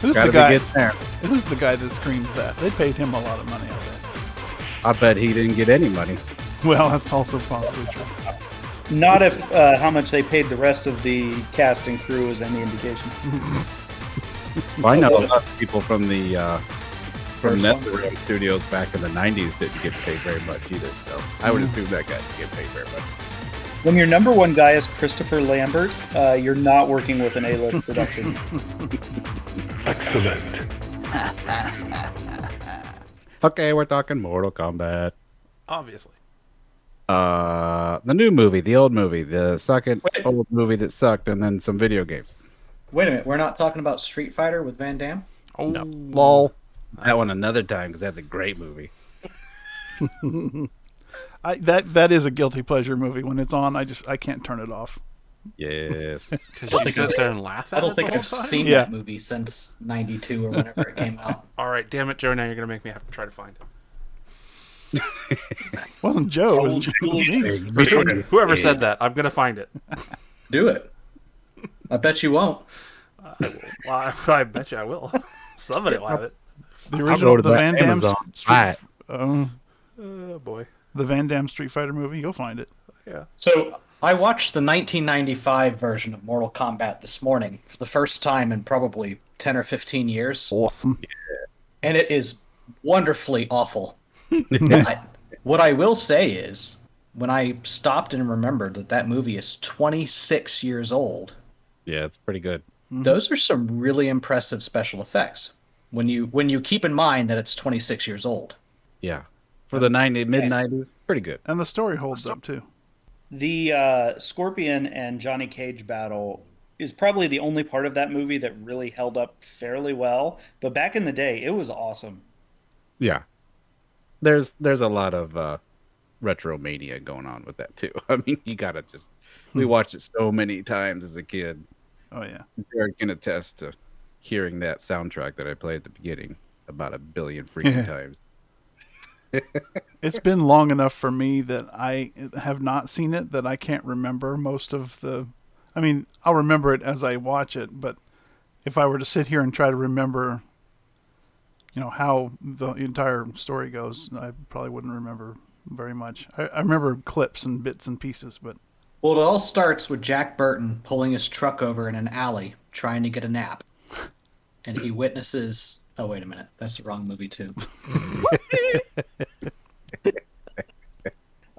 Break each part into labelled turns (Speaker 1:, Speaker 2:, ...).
Speaker 1: Who's
Speaker 2: Gotta
Speaker 1: the guy?
Speaker 2: be getting there.
Speaker 1: Who's the guy that screams that? They paid him a lot of money. I bet.
Speaker 2: I bet he didn't get any money.
Speaker 1: Well, that's also possibly true.
Speaker 3: Not if uh, how much they paid the rest of the cast and crew is any indication.
Speaker 2: Well, I know a lot of people from the uh, from
Speaker 3: First one.
Speaker 2: NetherRealm Studios back in the '90s didn't get paid very much either. So I would assume that guy didn't get paid very much.
Speaker 3: When your number one guy is Christopher Lambert, uh, you're not working with an A-list production.
Speaker 4: Excellent.
Speaker 2: Okay, we're talking Mortal Kombat.
Speaker 5: Obviously.
Speaker 2: Uh, the new movie, the old movie, the second
Speaker 6: Wait.
Speaker 2: old movie that sucked, and then some video games.
Speaker 6: Wait a minute, we're not talking about Street Fighter with Van Damme?
Speaker 5: Oh,
Speaker 2: No. Lol. That one another time because that's a great movie.
Speaker 1: I, that that is a guilty pleasure movie. When it's on, I just I can't turn it off.
Speaker 2: Yes.
Speaker 5: because
Speaker 6: don't
Speaker 5: you
Speaker 6: think
Speaker 5: sit
Speaker 6: I've-
Speaker 5: there and laugh at
Speaker 6: I don't
Speaker 5: it
Speaker 6: think
Speaker 5: the whole
Speaker 6: I've
Speaker 5: time?
Speaker 6: seen
Speaker 1: Yeah.
Speaker 6: that movie since 92 or whenever it came out.
Speaker 5: All right, damn it, Joe. Now you're gonna make me have to try to find it.
Speaker 1: wasn't Joe? It was, it was me.
Speaker 5: Whoever said that, I'm gonna find it.
Speaker 6: Do it. I bet you won't.
Speaker 5: Well, I, I bet you I will. Somebody will have it.
Speaker 1: The
Speaker 2: go
Speaker 1: original,
Speaker 2: to
Speaker 1: the
Speaker 2: that
Speaker 1: Van Damme,
Speaker 2: Amazon.
Speaker 1: Street,
Speaker 2: Buy it.
Speaker 1: um,
Speaker 5: Oh boy.
Speaker 1: the Van Damme Street Fighter movie. You'll find it.
Speaker 6: So I watched the 1995 version of Mortal Kombat this morning for the first time in probably 10 or 15 years,
Speaker 1: Awesome.
Speaker 6: and it is wonderfully awful. I, what I will say is, when I stopped and remembered that that movie is 26 years old,
Speaker 2: Yeah, it's pretty good.
Speaker 6: those are some really impressive special effects. When you when you keep in mind that it's 26 years old.
Speaker 2: Yeah, for the '90s, mid '90s, pretty good.
Speaker 1: And the story holds up too.
Speaker 3: the uh, Scorpion and Johnny Cage battle is probably the only part of that movie that really held up fairly well. But back in the day, it was awesome.
Speaker 2: Yeah, there's there's a lot of uh, retro mania going on with that too. I mean, you gotta just we watched it so many times as a kid.
Speaker 1: Oh yeah.
Speaker 2: Derek can attest to hearing that soundtrack that I played at the beginning about a billion freaking times.
Speaker 1: It's been long enough for me that I have not seen it that I can't remember most of the. I mean, I'll remember it as I watch it, but if I were to sit here and try to remember, you know, how the entire story goes, I probably wouldn't remember very much. I, I remember clips and bits and pieces, but
Speaker 6: Well, it all starts with Jack Burton pulling his truck over in an alley trying to get a nap. And he witnesses. Oh, wait a minute. That's the wrong movie, too.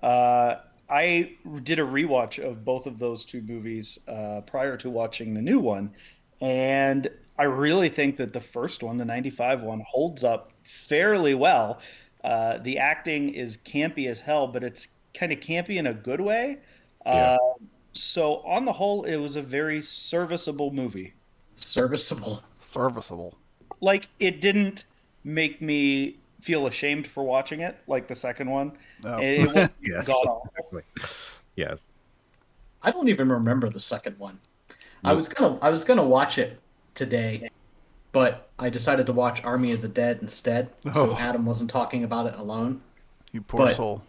Speaker 3: Uh, I did a rewatch of both of those two movies uh, prior to watching the new one, and I really think that the first one, the '95 one, holds up fairly well. Uh, the acting is campy as hell, but it's kind of campy in a good way. Uh, so on the whole, it was a very serviceable movie.
Speaker 6: Serviceable.
Speaker 1: serviceable.
Speaker 3: Like it didn't make me feel ashamed for watching it, like the second one.
Speaker 1: Oh.
Speaker 3: It, it wasn't
Speaker 2: Yes,
Speaker 3: god-awful.
Speaker 2: exactly. Yes.
Speaker 6: I don't even remember the second one. I was gonna I was gonna watch it today, but I decided to watch Army of the Dead instead.
Speaker 1: Oh.
Speaker 6: So Adam wasn't talking about it alone.
Speaker 1: You poor
Speaker 6: But-
Speaker 1: soul.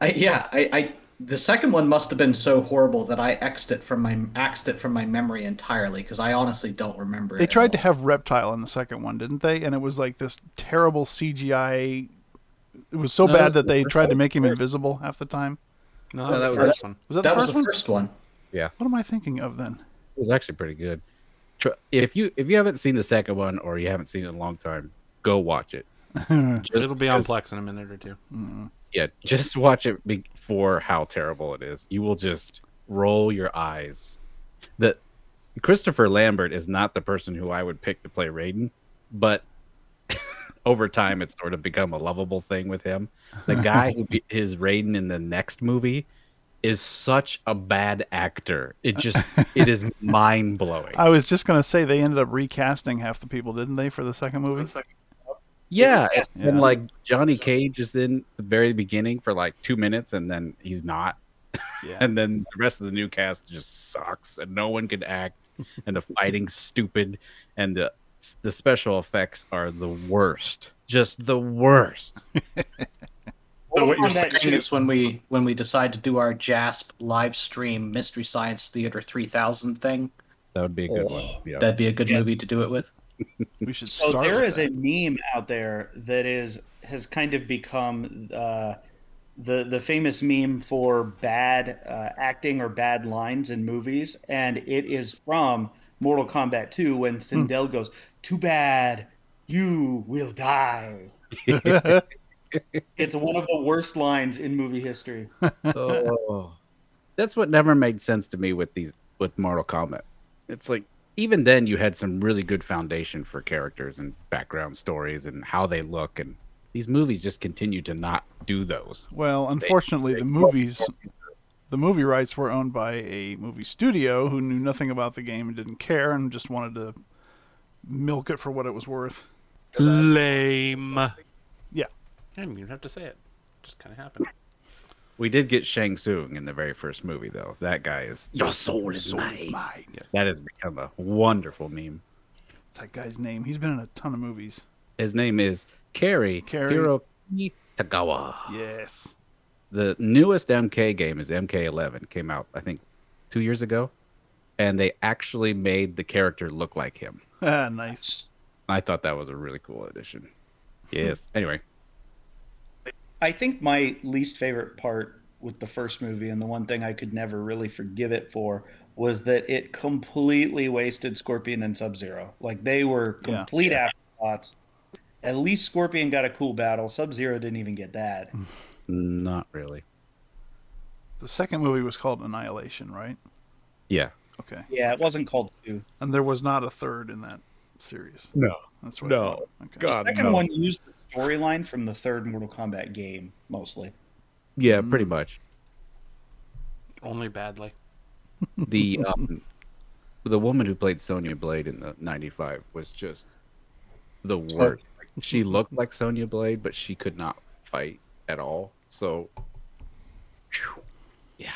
Speaker 6: I, yeah, I, I the second one must have been so horrible that I xed it from my axed it from my memory entirely because I honestly don't remember.
Speaker 1: They
Speaker 6: it at
Speaker 1: tried to
Speaker 6: all.
Speaker 1: have Reptile in the second one, didn't they? And it was like this terrible CGI. It was so
Speaker 2: No,
Speaker 1: bad
Speaker 2: that's
Speaker 1: that
Speaker 2: the
Speaker 1: they
Speaker 2: first
Speaker 1: tried to
Speaker 2: one.
Speaker 1: make him invisible half the time.
Speaker 5: No,
Speaker 2: No, that was
Speaker 5: was the
Speaker 2: it.
Speaker 5: first one.
Speaker 1: Was that,
Speaker 6: That
Speaker 1: the
Speaker 6: was
Speaker 1: first
Speaker 6: the
Speaker 1: one?
Speaker 6: first one.
Speaker 1: What am I thinking of then?
Speaker 2: It was actually pretty good. Tr- If you if you haven't seen the second one or you haven't seen it in a long time, go watch it. Just
Speaker 5: It'll be on
Speaker 2: because-
Speaker 5: Plex in a minute or two.
Speaker 2: Yeah, just watch it be- for how terrible it is. You will just roll your eyes. That Christopher Lambert is not the person who I would pick to play Raiden, but over time it's sort of become a lovable thing with him. The guy who be- is Raiden in the next movie is such a bad actor. It just it is mind blowing.
Speaker 1: I was just gonna say they ended up recasting half the people, didn't they, for the second movie?
Speaker 2: Yeah, it's been
Speaker 1: Yeah.
Speaker 2: like Johnny Cage is in the very beginning for like two minutes, and then he's not,
Speaker 1: Yeah.
Speaker 2: and then the rest of the new cast just sucks, and no one can act, and the fighting's stupid, and the it's the special effects are the worst. Just the worst.
Speaker 6: So what
Speaker 3: On
Speaker 6: you're
Speaker 3: that
Speaker 6: saying
Speaker 3: too-
Speaker 6: is when we when we decide to do our JASP live stream Mystery Science Theater 3000 thing,
Speaker 2: That would be a good one. Yeah.
Speaker 6: that'd be a good
Speaker 3: Yeah.
Speaker 6: movie to do it with.
Speaker 1: We should
Speaker 3: So
Speaker 1: start.
Speaker 3: there
Speaker 1: with
Speaker 3: is
Speaker 1: that.
Speaker 3: a meme out there that is has kind of become uh, the the famous meme for bad uh, acting or bad lines in movies, and it is from Mortal Kombat 2
Speaker 1: Hmm.
Speaker 3: when Sindel goes, "Too bad, you will die." it's one of the worst lines in movie history.
Speaker 2: oh. That's what never made sense to me with these with Mortal Kombat. It's like even then you had some really good foundation for characters and background stories and how they look and these movies just continue to not do those.
Speaker 1: Well, unfortunately, the movies, the movie rights were owned by a movie studio who knew nothing about the game and didn't care and just wanted to milk it for what it was worth.
Speaker 5: Lame.
Speaker 1: Yeah.
Speaker 5: I didn't even have to say it. Just kind of happened.
Speaker 2: We did get Shang Tsung in the very first movie though. That guy is Your soul is mine.
Speaker 1: Mine.
Speaker 2: That has become a wonderful meme.
Speaker 1: It's that guy's name. He's been in a ton of movies.
Speaker 2: His name is Kerry
Speaker 1: Kerry.
Speaker 2: Hiroki Tagawa.
Speaker 3: Ah.
Speaker 1: Yes.
Speaker 2: The newest MK game is MK11. Came out I think two years ago, and they actually made the character look like him.
Speaker 1: Ah, nice.
Speaker 2: I thought that was a really cool addition. Yes. anyway,
Speaker 3: I think my least favorite part with the first movie, and the one thing I could never really forgive it for, was that it completely wasted Scorpion and Sub Zero. Like they were
Speaker 1: Yeah.
Speaker 3: complete afterthoughts. At least Scorpion got a cool battle. Sub Zero didn't even get that.
Speaker 2: not really.
Speaker 1: The second movie was called Annihilation, right?
Speaker 2: Yeah.
Speaker 1: Okay.
Speaker 3: Yeah, it wasn't called two.
Speaker 1: And there was not a third in that series.
Speaker 2: No.
Speaker 1: That's what I
Speaker 5: No.
Speaker 1: thought. Okay.
Speaker 3: The
Speaker 5: God,
Speaker 3: second
Speaker 5: no.
Speaker 3: one used the storyline from the third Mortal Kombat game mostly.
Speaker 2: Yeah, pretty much.
Speaker 5: Only badly.
Speaker 2: The um, the woman who played Sonya Blade in the '95 was just the worst. Like, she looked like Sonya Blade, but she could not fight at all. So, phew, yeah.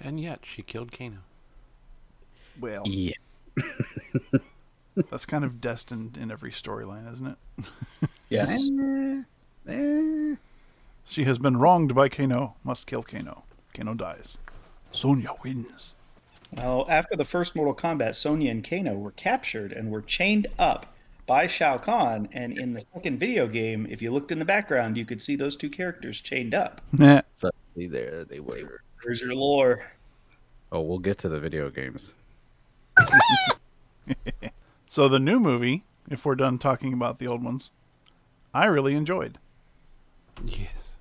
Speaker 5: And yet she killed Kano.
Speaker 1: Well,
Speaker 2: Yeah.
Speaker 1: that's kind of destined in every storyline, isn't it?
Speaker 6: Yes.
Speaker 1: She has been wronged by Kano. Must kill Kano. Kano dies. Sonya wins.
Speaker 3: Well, after the first Mortal Kombat, Sonya and Kano were captured and were chained up by Shao Kahn. And in the second video game, if you looked in the background, you could see those two characters chained up.
Speaker 1: Nah.
Speaker 2: Suddenly there they were.
Speaker 3: There's your lore.
Speaker 2: Oh, we'll get to the video games.
Speaker 1: So the new movie, if we're done talking about the old ones, I really enjoyed.
Speaker 5: Yes.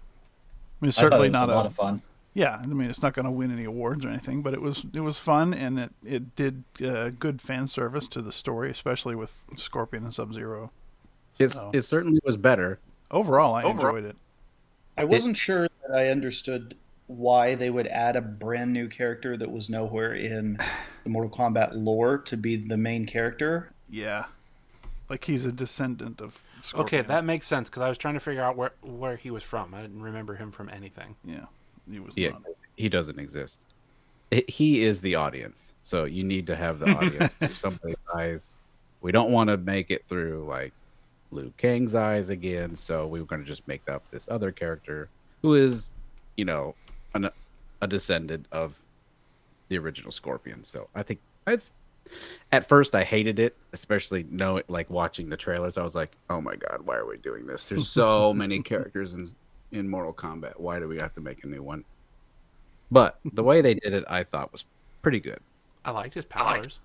Speaker 1: I mean, it's
Speaker 6: I thought
Speaker 1: certainly
Speaker 6: it was
Speaker 1: not
Speaker 6: a lot of fun.
Speaker 1: yeah. I mean, it's not going to win any awards or anything, but it was it was fun and it it did uh, good fan service to the story, especially with Scorpion and Sub Zero.
Speaker 2: It's,
Speaker 1: Oh.
Speaker 2: It certainly was better.
Speaker 1: Overall, I
Speaker 5: Overall-
Speaker 1: enjoyed it.
Speaker 3: I wasn't sure that I understood why they would add a brand new character that was nowhere in the Mortal Kombat lore to be the main character.
Speaker 1: Yeah, like he's a descendant of
Speaker 5: Okay,
Speaker 1: Scorpion.
Speaker 5: that makes sense because I was trying to figure out where where he was from. I didn't remember him from anything.
Speaker 1: yeah, he was
Speaker 2: Yeah,
Speaker 1: not.
Speaker 2: he doesn't exist. It, he is the audience, so you need to have the audience through somebody's eyes. We don't want to make it through like Liu Kang's eyes again, so we were going to just make up this other character who is, you know, an, a descendant of the original Scorpion. So I think it's. At first, I hated it, especially knowing like watching the trailers. I was like, "Oh my god, why are we doing this? There's so many characters in in Mortal Kombat. Why do we have to make a new one?" But the way they did it, I thought was pretty good.
Speaker 5: I liked his powers.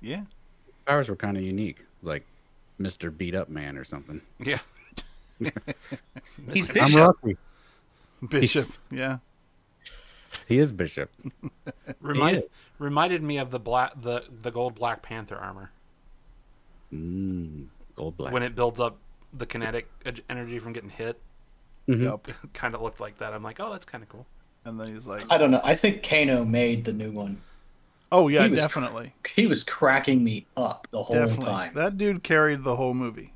Speaker 1: Yeah,
Speaker 2: Powers were kind of unique, like Mister Beat Up Man or something.
Speaker 5: Yeah.
Speaker 3: He's
Speaker 2: I'm
Speaker 3: Bishop.
Speaker 2: Rocky.
Speaker 1: Bishop. Yeah,
Speaker 2: He is Bishop.
Speaker 5: Remind,
Speaker 2: is.
Speaker 5: reminded me of the black the, the gold Black Panther armor
Speaker 2: Mm, gold black.
Speaker 5: when it builds up the kinetic ed- energy from getting hit.
Speaker 1: Yup.
Speaker 5: kind of looked like that. I'm like, oh, that's kind of cool.
Speaker 1: And then he's like,
Speaker 6: I don't know. I think Kano made the new one.
Speaker 1: "Oh yeah,
Speaker 6: he was-
Speaker 1: definitely,
Speaker 6: He was cracking me up the whole
Speaker 1: definitely."
Speaker 6: time.
Speaker 1: That dude carried the whole movie.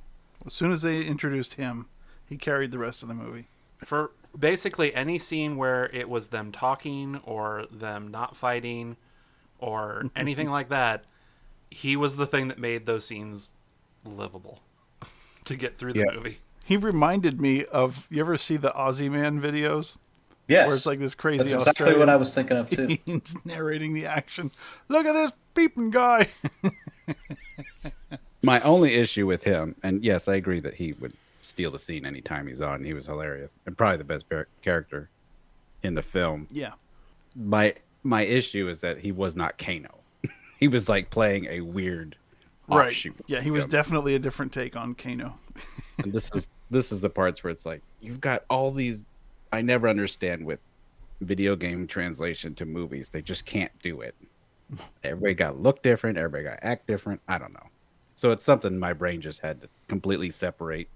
Speaker 1: As soon as they introduced him, he carried the rest of the movie.
Speaker 5: for basically any scene where it was them talking or them not fighting or anything like that, he was the thing that made those scenes livable to get through the
Speaker 2: Yeah.
Speaker 5: movie.
Speaker 1: He reminded me of you ever see the Aussie Man videos
Speaker 6: Yes.
Speaker 1: where it's like this crazy
Speaker 6: That's exactly
Speaker 1: Australian
Speaker 6: what I was thinking of too.
Speaker 1: He's narrating the action. Look at this beeping guy.
Speaker 2: My only issue with him, and yes, I agree that he would steal the scene anytime he's on. He was hilarious and probably the best par- character in the film.
Speaker 1: yeah.
Speaker 2: My my issue is that he was not Kano. he was like playing a weird offshoot.
Speaker 1: Yeah, he was
Speaker 2: of him.
Speaker 1: definitely a different take on Kano.
Speaker 2: And this is this is the parts where it's like you've got all these. I never understand with video game translation to movies. They just can't do it. Everybody got to look different. Everybody got to act different. I don't know. So it's something my brain just had to completely separate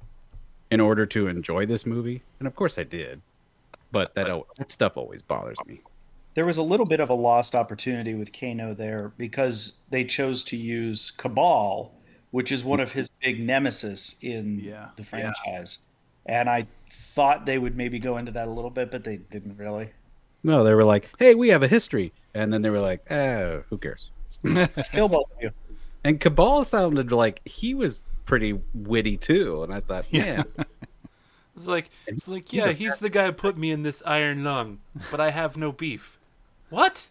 Speaker 2: in order to enjoy this movie. And of course I did, but that al- that stuff always bothers me.
Speaker 3: There was a little bit of a lost opportunity with Kano there because they chose to use Cabal, which is one of his big nemesis in
Speaker 1: Yeah,
Speaker 3: the
Speaker 1: yeah.
Speaker 3: franchise. And I thought they would maybe go into that a little bit, but they didn't really.
Speaker 2: No, they were like, "Hey, we have a history," and then they were like, "Oh, who cares?"
Speaker 3: Let's kill both of you.
Speaker 2: And Cabal sounded like he was pretty witty too, and I thought, "Yeah,
Speaker 5: It's like it's like
Speaker 2: he's
Speaker 5: yeah,
Speaker 2: a-
Speaker 5: he's the guy who put me in this iron lung, but I have no beef. What?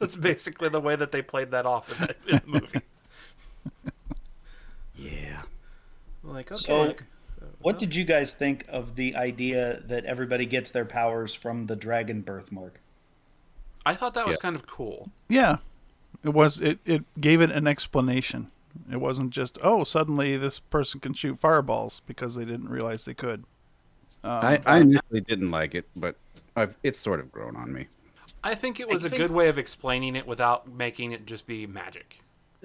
Speaker 5: That's basically the way that they played that off in, that, in the movie.
Speaker 2: yeah."
Speaker 5: Like okay,
Speaker 3: So- What did you guys think of the idea that everybody gets their powers from the dragon birthmark?
Speaker 5: I thought that was
Speaker 2: Yeah.
Speaker 5: kind of cool.
Speaker 1: Yeah. It was it, it gave it an explanation. It wasn't just, oh, suddenly this person can shoot fireballs because they didn't realize they could.
Speaker 2: I, I initially didn't like it, but I've, it's sort of grown on me.
Speaker 5: I think it was a good way of explaining it without making it just be magic.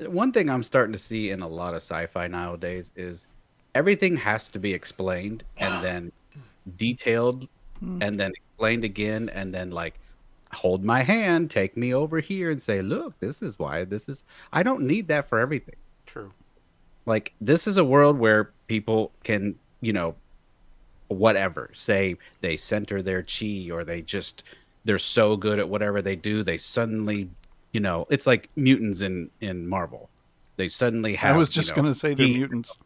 Speaker 2: One thing I'm starting to see in a lot of sci-fi nowadays is everything has to be explained and then detailed and then explained again and then like hold my hand, take me over here and say, "Look, this is why this is I don't need that for everything."
Speaker 5: True.
Speaker 2: like this is a world where people can you know whatever say they center their chi or they just they're so good at whatever they do they suddenly you know it's like mutants in in marvel they suddenly have
Speaker 1: I was
Speaker 2: you
Speaker 1: just
Speaker 2: know,
Speaker 1: going to say they're
Speaker 2: chi.
Speaker 1: mutants.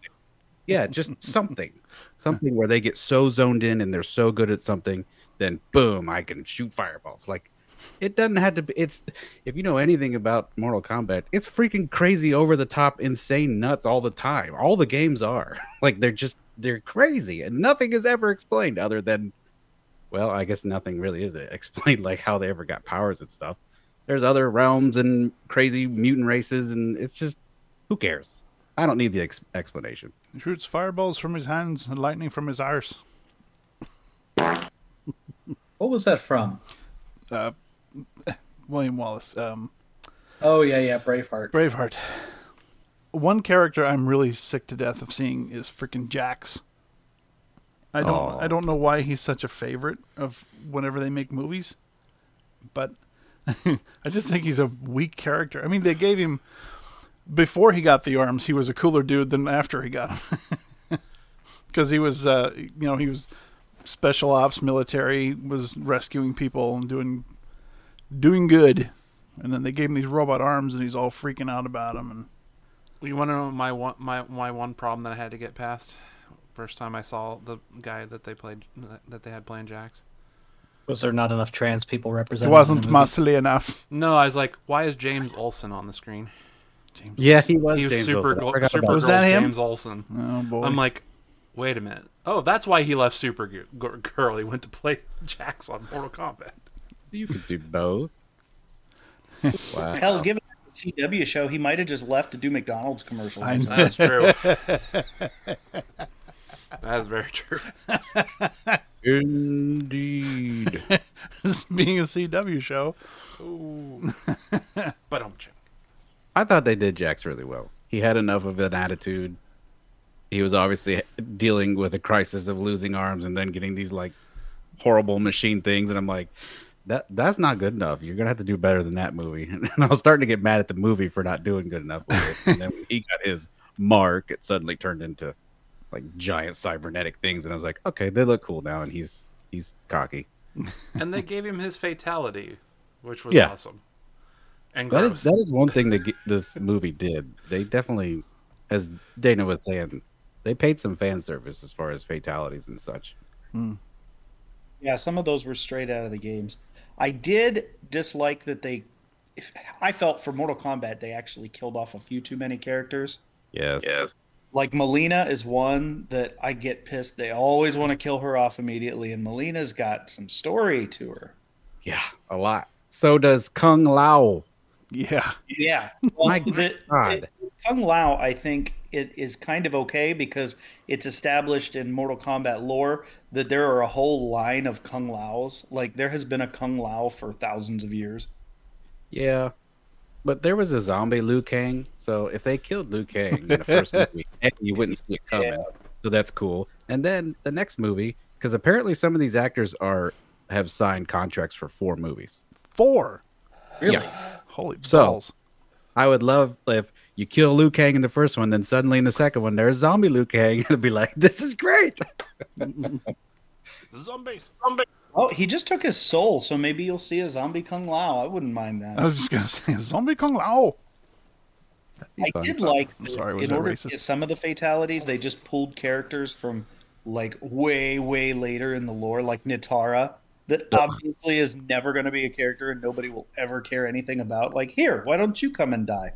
Speaker 2: yeah just something something where they get so zoned in and they're so good at something then boom i can shoot fireballs like it doesn't have to be it's if you know anything about mortal kombat it's freaking crazy over the top insane nuts all the time all the games are like they're just they're crazy and nothing is ever explained other than well i guess nothing really is explained like how they ever got powers and stuff there's other realms and crazy mutant races and it's just who cares i don't need the ex- explanation
Speaker 1: He shoots fireballs from his hands and lightning from his ears.
Speaker 6: What was that from?
Speaker 1: Uh, William Wallace. Um,
Speaker 6: Oh yeah, yeah, Braveheart.
Speaker 1: Braveheart. One character I'm really sick to death of seeing is freaking Jax. I don't
Speaker 2: Aw.
Speaker 1: I don't know why he's such a favorite of whenever they make movies, but I just think he's a weak character. I mean, they gave him before he got the arms, he was a cooler dude than after he got them. Cuz he was uh, you know, he was special ops military was rescuing people and doing doing good. And then they gave him these robot arms, and he's all freaking out about them. And
Speaker 5: You want to know my one my my one problem that I had to get past? First time I saw the guy that they played that they had playing Jax.
Speaker 6: Was there not enough trans people
Speaker 1: it
Speaker 6: represented? in
Speaker 1: wasn't
Speaker 6: the movie?
Speaker 1: muscly enough.
Speaker 5: No, I was like, why is James Olsen on the screen?
Speaker 2: Yeah, he was.
Speaker 5: He was
Speaker 2: James
Speaker 5: super
Speaker 2: Wilson. I
Speaker 5: gl-
Speaker 2: forgot
Speaker 5: super
Speaker 2: about
Speaker 1: Was that him?
Speaker 5: James Olsen.
Speaker 1: Oh boy!
Speaker 5: I'm like, wait a minute. Oh, that's why he left Super Gu- Gu- Girl. He went to play Jax on Mortal Kombat.
Speaker 2: that. You could do both. wow.
Speaker 3: Hell, given the CW show, he might have just left to do McDonald's commercials.
Speaker 1: I know.
Speaker 5: That's true. that is very true.
Speaker 2: Indeed.
Speaker 1: this being a CW show,
Speaker 5: But I'm joking.
Speaker 2: I thought they did Jax really well. He had enough of an attitude. He was obviously dealing with a crisis of losing arms and then getting these like horrible machine things, and I'm like, that that's not good enough. You're gonna have to do better than that movie. And I was starting to get mad at the movie for not doing good enough. With it. And then when he got his mark, it suddenly turned into like giant cybernetic things, and I was like, okay, they look cool now, and he's he's cocky.
Speaker 5: And they gave him his fatality, which was
Speaker 2: Yeah.
Speaker 5: awesome. and
Speaker 2: That
Speaker 5: gross.
Speaker 2: is that is one thing that ge- this movie did. They definitely, as Dana was saying, they paid some fan service as far as fatalities and such.
Speaker 3: Yeah, some of those were straight out of the games. I did dislike that they. I felt for Mortal Kombat they actually killed off a few too many characters.
Speaker 2: Yes. Yes.
Speaker 3: Like Melina is one that I get pissed. They always want to kill her off immediately, and Melina's got some story to her.
Speaker 2: Yeah. A lot. So does Kung Lao.
Speaker 1: Yeah.
Speaker 3: Yeah.
Speaker 2: My
Speaker 3: the-
Speaker 2: God.
Speaker 3: it- Kung Lao, I think it is kind of okay because it's established in Mortal Kombat lore that there are a whole line of Kung Laos. Like there has been a Kung Lao for thousands of years.
Speaker 2: Yeah. But there was a zombie Liu Kang, so if they killed Liu Kang in the first movie, A, you wouldn't see it coming. So that's cool. And then the next movie, because apparently some of these actors are have signed contracts for four movies.
Speaker 1: Four.
Speaker 6: Really?
Speaker 1: Holy
Speaker 2: So-
Speaker 1: balls.
Speaker 2: I would love if you kill Liu Kang in the first one, then suddenly in the second one there's zombie Liu Kang, and it'd be like, this is great.
Speaker 5: zombies. Zombies.
Speaker 3: Oh, he just took his soul, so maybe you'll see a zombie Kung Lao. I wouldn't mind
Speaker 1: I
Speaker 3: that.
Speaker 1: was just gonna say zombie kung lao.
Speaker 3: I did like that
Speaker 1: sorry, was
Speaker 3: in
Speaker 1: that
Speaker 3: order
Speaker 1: racist?
Speaker 3: to get some of the fatalities, they just pulled characters from like way, way later in the lore, like Nitara, that obviously is never going to be a character and nobody will ever care anything about. Like, here, why don't you come and die?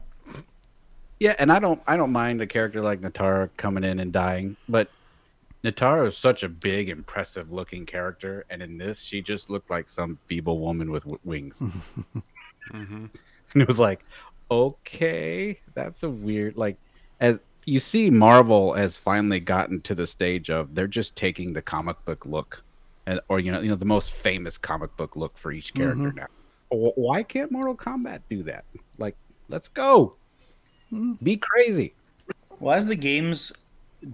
Speaker 2: Yeah, and I don't I don't mind a character like Natara coming in and dying, but Natara is such a big, impressive looking character, and in this, she just looked like some feeble woman with w- wings.
Speaker 5: Mhm.
Speaker 2: and it was like, okay, that's a weird like as you see Marvel has finally gotten to the stage of they're just taking the comic book look. And, or you know, you know, the most famous comic book look for each character now. Wh- Why can't Mortal Kombat do that? Like, let's go. Be crazy.
Speaker 3: Well, as the games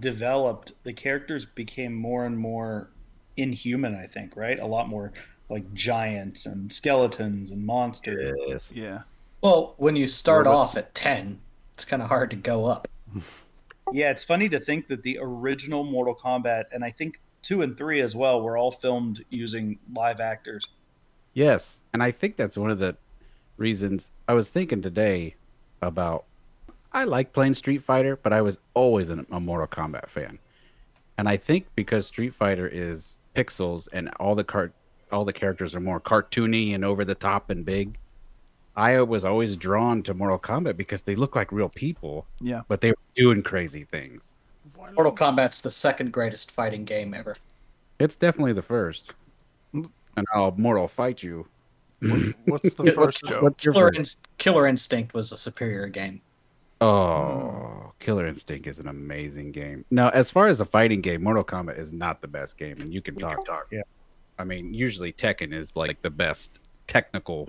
Speaker 3: developed, the characters became more and more inhuman, I think, right? A lot more like giants and skeletons and monsters.
Speaker 1: Yeah.
Speaker 6: Well, when you start
Speaker 2: Robots.
Speaker 6: off at 10, it's kind of hard to go up.
Speaker 3: Yeah, it's funny to think that the original Mortal Kombat, and I think two and three as well, were all filmed using live actors.
Speaker 2: Yes, and I think that's one of the reasons I was thinking today about. I like playing Street Fighter, but I was always an, a Mortal Kombat fan, and I think because Street Fighter is pixels and all the cart, all the characters are more cartoony and over the top and big. I was always drawn to Mortal Kombat because they look like real people,
Speaker 1: Yeah.
Speaker 2: but they were doing crazy things.
Speaker 6: Mortal Kombat's the second greatest fighting game ever.
Speaker 2: It's definitely the first,
Speaker 1: Mm.
Speaker 2: and I'll Mortal fight you.
Speaker 1: What's the
Speaker 6: what's-
Speaker 1: first joke?
Speaker 2: What's your
Speaker 6: Killer,
Speaker 2: first?
Speaker 6: Inst- Killer Instinct was a superior game.
Speaker 2: Oh, Killer Instinct is an amazing game. Now, as far as a fighting game, Mortal Kombat is not the best game, and you can talk. talk.
Speaker 3: yeah.
Speaker 2: I mean, usually Tekken is like the best technical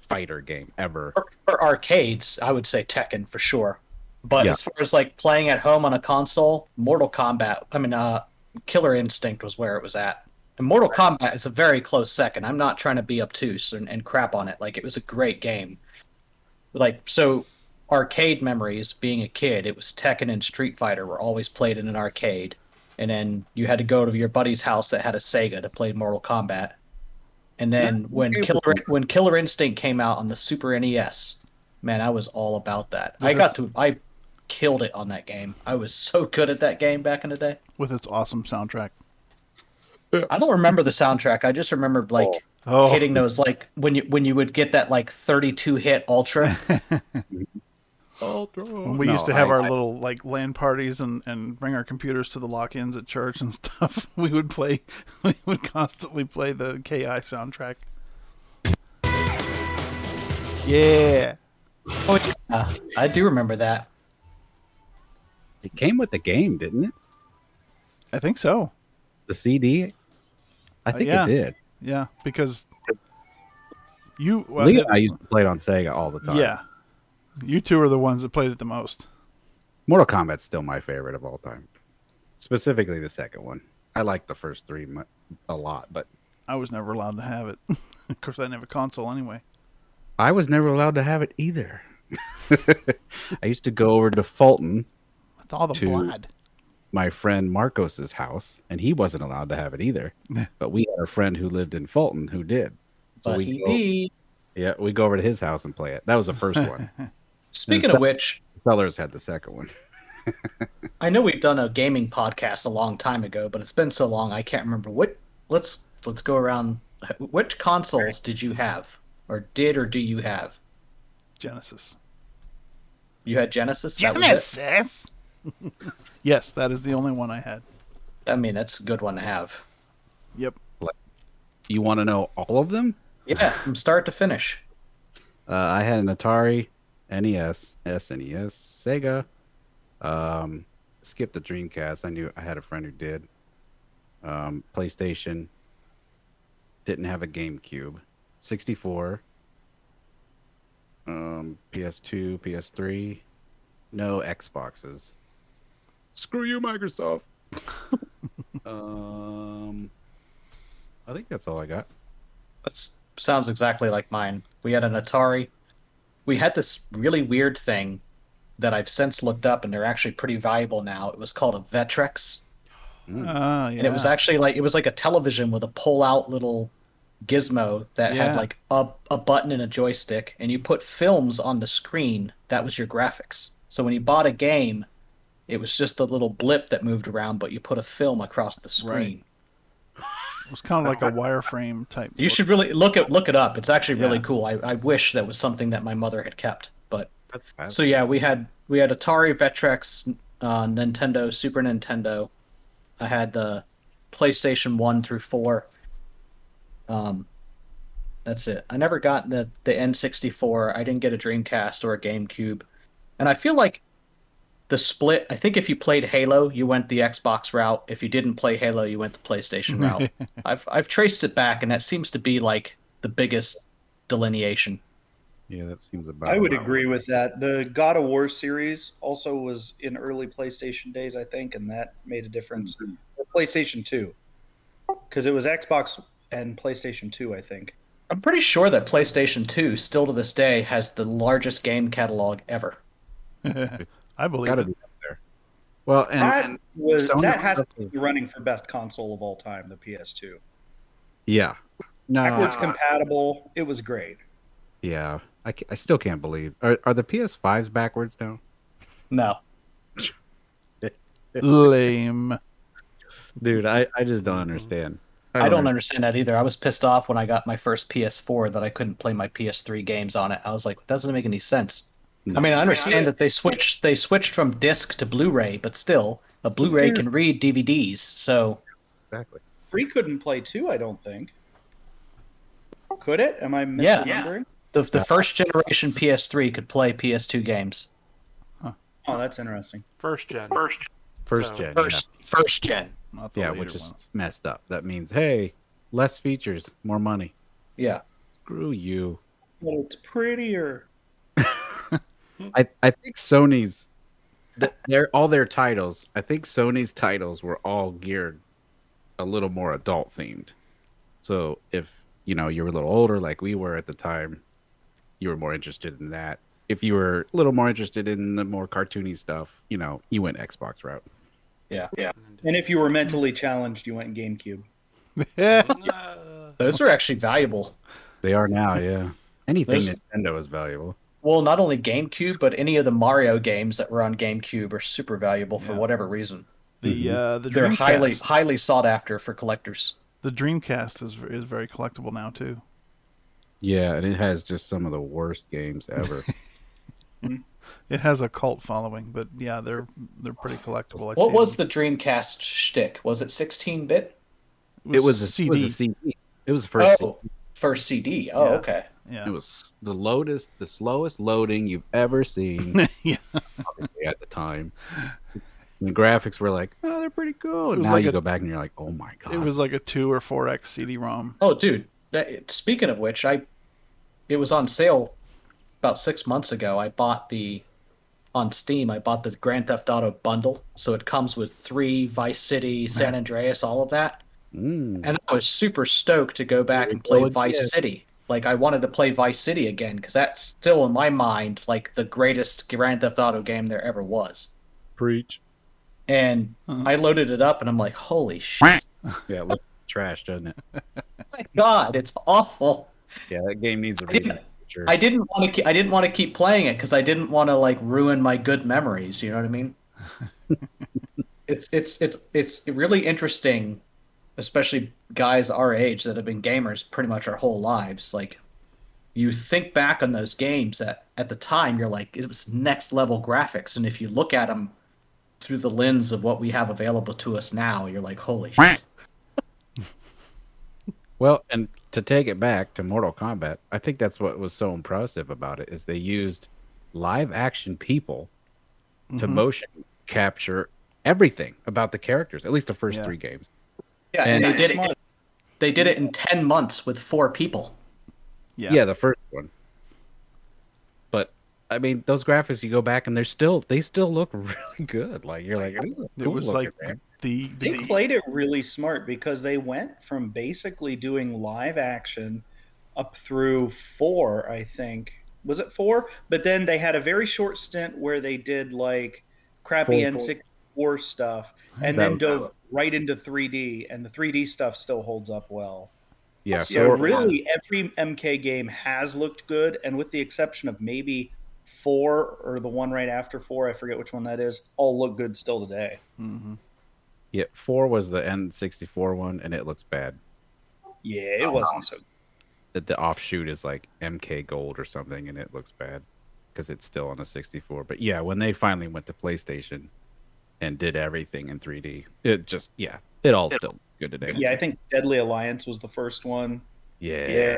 Speaker 2: fighter game ever.
Speaker 6: For, for arcades, I would say Tekken for sure. But
Speaker 2: Yeah.
Speaker 6: as far as like playing at home on a console, Mortal Kombat, I mean, uh, Killer Instinct was where it was at. And Mortal Kombat is a very close second. I'm not trying to be obtuse and, and crap on it. Like, it was a great game. Like, so arcade memories being a kid, it was Tekken and Street Fighter were always played in an arcade. And then you had to go to your buddy's house that had a Sega to play Mortal Kombat. And then when
Speaker 2: okay
Speaker 6: Killer when Killer Instinct came out on the Super NES, man, I was all about that. I got to I killed it on that game. I was so good at that game back in the day.
Speaker 1: With its awesome soundtrack.
Speaker 6: I don't remember the soundtrack. I just remembered like
Speaker 1: Oh.
Speaker 6: hitting those like when you when you would get that like 32 hit ultra.
Speaker 1: When we
Speaker 2: No,
Speaker 1: used to have
Speaker 2: I-
Speaker 1: our
Speaker 2: I-
Speaker 1: little like land parties and, and bring our computers to the lock-ins at church and stuff, we would play, we would constantly play the KI soundtrack. Yeah,
Speaker 6: Uh, I do remember that.
Speaker 2: It came with the game, didn't it?
Speaker 1: I think so.
Speaker 2: The CD. I
Speaker 1: Uh,
Speaker 2: think
Speaker 1: yeah.
Speaker 2: it did.
Speaker 1: Yeah, because you, well,
Speaker 2: Lee and I used to play it on Sega all the time.
Speaker 1: yeah, you two are the ones that played it the most.
Speaker 2: Mortal Kombat's still my favorite of all time, specifically the second one. I like the first three mu- a lot, but
Speaker 1: I was never allowed to have it. of course, I didn't have a console anyway.
Speaker 2: I was never allowed to have it either. I used to go over to Fulton,
Speaker 1: With all the
Speaker 2: To-
Speaker 1: blood.
Speaker 2: my friend Marcos's house, and he wasn't allowed to have it either. but we had a friend who lived in Fulton who did. So
Speaker 6: But E
Speaker 2: we go,
Speaker 6: he
Speaker 2: Yeah, we go over to his house and play it. That was the first one.
Speaker 6: Speaking of which,
Speaker 2: Sellers had the second one.
Speaker 6: I know we've done a gaming podcast a long time ago, but it's been so long I can't remember what. Let's let's go around. Which consoles did you have, or did, or do you have?
Speaker 1: Genesis.
Speaker 6: You had Genesis. That was it?
Speaker 1: Yes, that is the only one I had.
Speaker 6: I mean, that's a good one to have.
Speaker 1: Yep.
Speaker 2: You want to know all of them?
Speaker 6: Yeah, from start to finish.
Speaker 2: Uh, I had an Atari, E NES, SNES, Sega. Um, skipped the Dreamcast. I knew I had a friend who did. Um, PlayStation. Didn't have a GameCube. 64. Um, PS2, PS3. No Xboxes. Screw you, Microsoft. um, I think that's all I got.
Speaker 6: That sounds exactly like mine. We had an Atari. We had this really weird thing that I've since looked up, and they're actually pretty valuable now. It was called a Vectrex,
Speaker 1: Ah, yeah.
Speaker 6: and it was actually like it was like a television with a pull-out little gizmo that
Speaker 1: Yeah.
Speaker 6: had like a a button and a joystick, and you put films on the screen. That was your graphics. So when you bought a game, it was just a little blip that moved around, but you put a film across the screen.
Speaker 1: Right. It was kind of like a wireframe type.
Speaker 6: You should really look it look it up. It's actually really
Speaker 1: Yeah.
Speaker 6: cool. I, I wish that was something that my mother had kept. But
Speaker 2: That's fast.
Speaker 6: so yeah, we had we had Atari, Vectrex, uh, Nintendo, Super Nintendo. I had the PlayStation One through four. Um, that's it. I never got the the N sixty four. I didn't get a Dreamcast or a GameCube, and I feel like the split. I think if you played Halo, you went the Xbox route. If you didn't play Halo, you went the PlayStation route. I've I've traced it back, and that seems to be like the biggest delineation.
Speaker 2: yeah, that seems about.
Speaker 3: I would
Speaker 2: right.
Speaker 3: agree with that. The God of War series also was in early PlayStation days, I think, and that made a difference. Or PlayStation 2, because it was Xbox and PlayStation 2, I think.
Speaker 6: I'm pretty sure that PlayStation 2 still to this day has the largest game catalog ever.
Speaker 1: I believe
Speaker 2: Gotta
Speaker 1: it.
Speaker 2: be up there. Well, and,
Speaker 3: That
Speaker 2: and-
Speaker 3: was
Speaker 2: Sony-
Speaker 3: that has to be running for best console of all time, the PS2.
Speaker 2: yeah, no, uh,
Speaker 3: Backwards compatible. It was great.
Speaker 2: yeah. I, ca- I still can't believe. Are, are the PS5s backwards now?
Speaker 6: No.
Speaker 1: Lame.
Speaker 2: Dude, I, I just Mm-hmm. don't understand.
Speaker 6: I don't understand that either. I was pissed off when I got my first PS4 that I couldn't play my PS3 games on it. I was like, that doesn't make any sense. I mean, I understand that they switched they switched from disc to Blu-ray, but still, a Blu-ray can read DVDs. So,
Speaker 2: Exactly.
Speaker 3: Three couldn't play two, I don't think. Could it? Am I
Speaker 6: Yeah.
Speaker 3: misremembering?
Speaker 6: the, the first generation PS3 could play PS2 games.
Speaker 3: Oh, that's interesting.
Speaker 5: First gen. First.
Speaker 2: First
Speaker 5: So-
Speaker 2: gen.
Speaker 6: First first gen.
Speaker 1: Not the
Speaker 2: yeah, yeah
Speaker 1: later
Speaker 2: which is
Speaker 1: ones.
Speaker 2: messed up. That means, hey, less features, more money.
Speaker 6: Yeah.
Speaker 2: Screw you.
Speaker 3: But it's prettier.
Speaker 2: I, I think Sony's th- their all their titles. I think Sony's titles were all geared a little more adult themed. So if you know you were a little older, like we were at the time, you were more interested in that. If you were a little more interested in the more cartoony stuff, you know, you went Xbox route.
Speaker 6: Yeah.
Speaker 3: And if you were mentally challenged, you went GameCube.
Speaker 1: Yeah.
Speaker 5: Uh,
Speaker 6: Those are actually valuable.
Speaker 2: They are now, yeah. Anything
Speaker 6: Those-
Speaker 2: Nintendo is valuable.
Speaker 6: Well, not only GameCube, but any of the Mario games that were on GameCube are super valuable for
Speaker 1: Yeah.
Speaker 6: whatever reason.
Speaker 1: The uh, the
Speaker 6: They're
Speaker 1: Dreamcast.
Speaker 6: highly highly sought after for collectors.
Speaker 1: The Dreamcast is is very collectible now too.
Speaker 2: Yeah, and it has just some of the worst games ever.
Speaker 1: It has a cult following, but yeah, they're they're pretty collectible. I
Speaker 6: What
Speaker 1: see
Speaker 6: was
Speaker 1: them.
Speaker 6: the Dreamcast shtick? Was it 16 bit?
Speaker 2: it was a
Speaker 1: CD?
Speaker 2: CD. It was a CD. It was the first.
Speaker 6: oh,
Speaker 2: CD.
Speaker 6: first CD. Oh,
Speaker 1: Yeah.
Speaker 6: okay.
Speaker 1: yeah.
Speaker 2: It was the lowest, the slowest loading you've ever seen.
Speaker 1: Yeah.
Speaker 2: obviously at the time. And the graphics were like, oh, they're pretty cool.
Speaker 1: was
Speaker 2: Now
Speaker 1: like
Speaker 2: you
Speaker 1: a-
Speaker 2: go back and you're like, oh my god.
Speaker 1: It was like a two or four X CD-ROM.
Speaker 6: Oh, dude. that- speaking of which, I it was on sale about six months ago. I bought the on Steam. I bought the Grand Theft Auto bundle, so it comes with three Vice City, San Andreas, all of that.
Speaker 2: Mm.
Speaker 6: and I was super stoked to go back and play
Speaker 2: Well,
Speaker 6: Vice
Speaker 2: yeah.
Speaker 6: City. Like I wanted to play Vice City again because that's still in my mind like the greatest Grand Theft Auto game there ever was.
Speaker 2: preach.
Speaker 6: And
Speaker 1: Mhm.
Speaker 6: I loaded it up and I'm like, holy shit,
Speaker 2: Yeah, it looked trash, doesn't it?
Speaker 6: my god, it's awful.
Speaker 2: Yeah, that game needs a
Speaker 6: I didn't-
Speaker 2: reboot. Sure.
Speaker 6: I didn't want to. I didn't want to keep playing it because I didn't want to like ruin my good memories. You know what I mean? it's it's it's it's really interesting, especially guys our age that have been gamers pretty much our whole lives. Like, you think back on those games that at the time you're like it was next level graphics, and if you look at them through the lens of what we have available to us now, you're like, holy shit.
Speaker 2: Well, and to take it back to Mortal Kombat, I think that's what was so impressive about it is they used live action people to
Speaker 1: Mm-hmm.
Speaker 2: motion capture everything about the characters, at least the first
Speaker 1: Yeah.
Speaker 2: three games.
Speaker 6: Yeah, and,
Speaker 2: And-
Speaker 6: they did it. They did it in ten months with four people.
Speaker 1: Yeah.
Speaker 2: Yeah. the first one. But I mean, those graphics you go back and they're still they still look really good. Like you're like this is
Speaker 1: It
Speaker 2: cool
Speaker 1: was
Speaker 2: looking,
Speaker 1: like
Speaker 2: man.
Speaker 1: the,
Speaker 3: They
Speaker 1: the-
Speaker 3: played it really smart because they went from basically doing live action up through four, I think. Was it four? But then they had a very short stint where they did like crappy
Speaker 2: Full-
Speaker 3: N64 stuff and
Speaker 2: That
Speaker 3: then
Speaker 2: was-
Speaker 3: dove right into 3D, and the 3D stuff still holds up well.
Speaker 2: yeah,
Speaker 3: So
Speaker 2: so
Speaker 3: really, every MK game has looked good, and with the exception of maybe four or the one right after four, I forget which one that is, all look good still today.
Speaker 1: Mhm.
Speaker 2: yeah, four was the N64 one, and it looks bad.
Speaker 3: Yeah, it
Speaker 2: Oh,
Speaker 3: wasn't so.
Speaker 2: That the offshoot is like MK Gold or something, and it looks bad because it's still on a 64. But yeah, when they finally went to PlayStation and did everything in 3D, it just yeah, it all still good today.
Speaker 3: Yeah, I think Deadly Alliance was the first one.
Speaker 2: yeah,
Speaker 3: Yeah.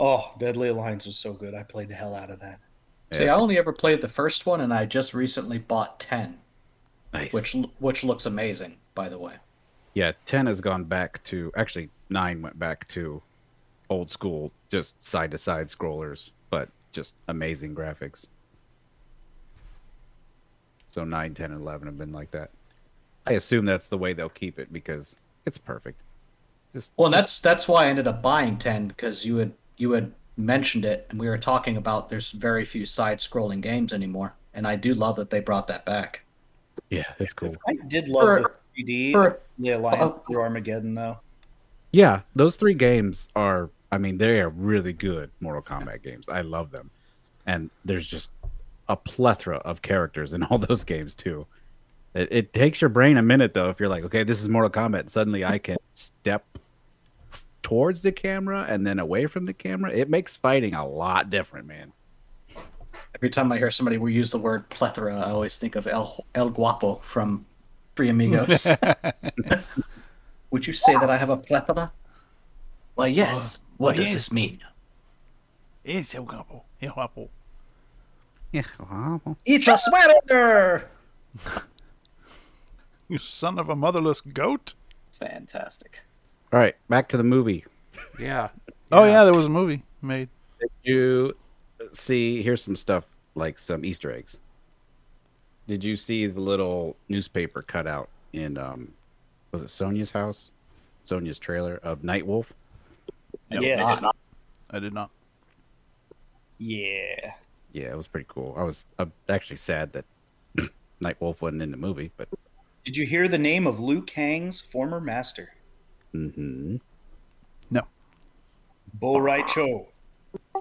Speaker 3: Oh, Deadly Alliance was so good. I played the hell out of that.
Speaker 6: See, I only ever played the first one, and I just recently bought ten,
Speaker 2: nice.
Speaker 6: which which looks amazing, by the way.
Speaker 2: Yeah, 10 has gone back to actually 9 went back to old school just side to side scrollers, but just amazing graphics. So 9, 10 and 11 have been like that. I assume that's the way they'll keep it because it's perfect. Just
Speaker 6: Well, and that's that's why I ended up buying ten because you had you had mentioned it, and we were talking about there's very few side-scrolling games anymore, and I do love that they brought that back.
Speaker 2: yeah, it's cool.
Speaker 3: I did love
Speaker 6: For-
Speaker 3: the 3D
Speaker 6: for-
Speaker 3: Deadly Alliance
Speaker 6: Oh.
Speaker 3: through Armageddon though.
Speaker 2: Yeah, those three games are, I mean, they are really good Mortal Kombat games. I love them. And there's just a plethora of characters in all those games, too. It, it takes your brain a minute, though, if you're like, okay, this is Mortal Kombat. Suddenly I can step f- towards the camera and then away from the camera. It makes fighting a lot different, man.
Speaker 6: Every time I hear somebody will use the word plethora, I always think of El El Guapo from Three Amigos. would you say that I have a plethora? Well, yes. what does
Speaker 1: yes.
Speaker 6: this mean?
Speaker 1: It's El Guapo. El Guapo.
Speaker 2: Yeah. wow.
Speaker 6: It's a sweater.
Speaker 1: You son of a motherless goat.
Speaker 6: Fantastic.
Speaker 2: All right, back to the movie.
Speaker 5: Yeah.
Speaker 1: Oh yeah, there was a movie made.
Speaker 2: Did you see? Here's some stuff like some Easter eggs. Did you see the little newspaper cutout in um, was it Sonia's house, Sonia's trailer of Nightwolf?
Speaker 3: Yes.
Speaker 1: I did not.
Speaker 3: Yeah.
Speaker 2: Yeah, it was pretty cool. I was uh, actually sad that Nightwolf wasn't in the movie, but
Speaker 3: Did you hear the name of Liu Kang's former master?
Speaker 2: mhm.
Speaker 1: No.
Speaker 3: Bo Rai Cho,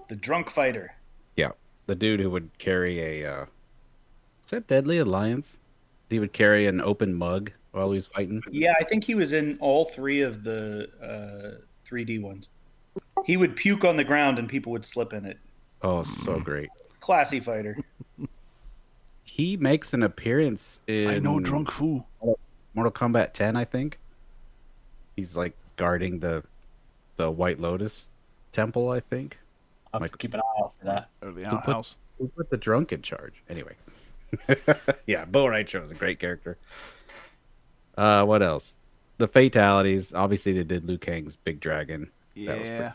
Speaker 3: the drunk fighter.
Speaker 2: yeah, the dude who would carry a uh, is that Deadly Alliance? He would carry an open mug while he was fighting.
Speaker 3: Yeah, I think he was in all three of the uh, 3D ones. He would puke on the ground and people would slip in it.
Speaker 2: Oh, so great.
Speaker 3: Classy fighter.
Speaker 2: He makes an appearance in
Speaker 1: I know drunk fool.
Speaker 2: Mortal Kombat 10, I think. He's like guarding the the White Lotus temple, I think.
Speaker 6: I'll have to keep an eye out for that.
Speaker 1: Or the
Speaker 2: put-
Speaker 1: outhouse.
Speaker 2: Who put the drunk in charge? Anyway. yeah, Bo Raicho is a great character. Uh, what else? The fatalities. Obviously, they did Liu Kang's Big Dragon. That was
Speaker 1: yeah.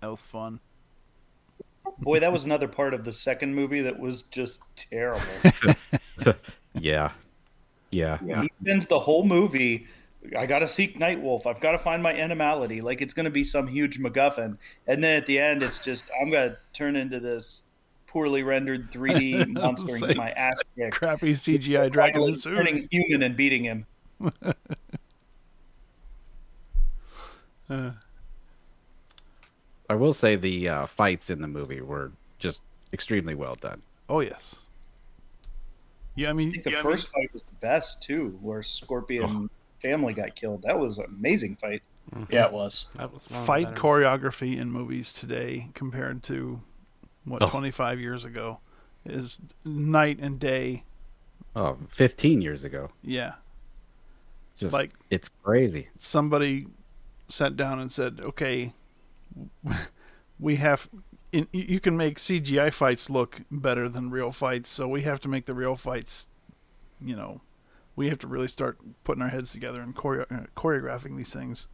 Speaker 1: That was fun.
Speaker 3: Boy, that was another part of the second movie that was just terrible.
Speaker 2: Yeah. Yeah.
Speaker 3: He spends the whole movie. I gotta seek Nightwolf. I've gotta find my animality. Like it's gonna be some huge MacGuffin, and then at the end, it's just I'm gonna turn into this poorly rendered 3D monster and get my ass kicked.
Speaker 1: Crappy CGI dragon
Speaker 3: Finally
Speaker 1: in suit.
Speaker 3: turning human and beating him.
Speaker 2: I will will say the uh, fights in the movie were just extremely well done.
Speaker 1: Oh yes. Yeah, I mean,
Speaker 3: I think the
Speaker 1: yeah, I mean-
Speaker 3: first fight was the best too, where Scorpion family got killed. That was an amazing fight.
Speaker 6: Yeah, it was.
Speaker 5: That was one of the
Speaker 1: fight
Speaker 5: better-
Speaker 1: choreography in movies today compared to what
Speaker 2: Oh.
Speaker 1: 25 years ago is night and day.
Speaker 2: Oh, 15 years ago.
Speaker 1: Yeah.
Speaker 2: Just
Speaker 1: Like-
Speaker 2: like it's crazy.
Speaker 1: Somebody sat down and said, "Okay, we have in, you- you can make CGI fights look better than real fights, so we have to make the real fights, you know, we have to really start putting our heads together and choreo- uh, choreographing these things."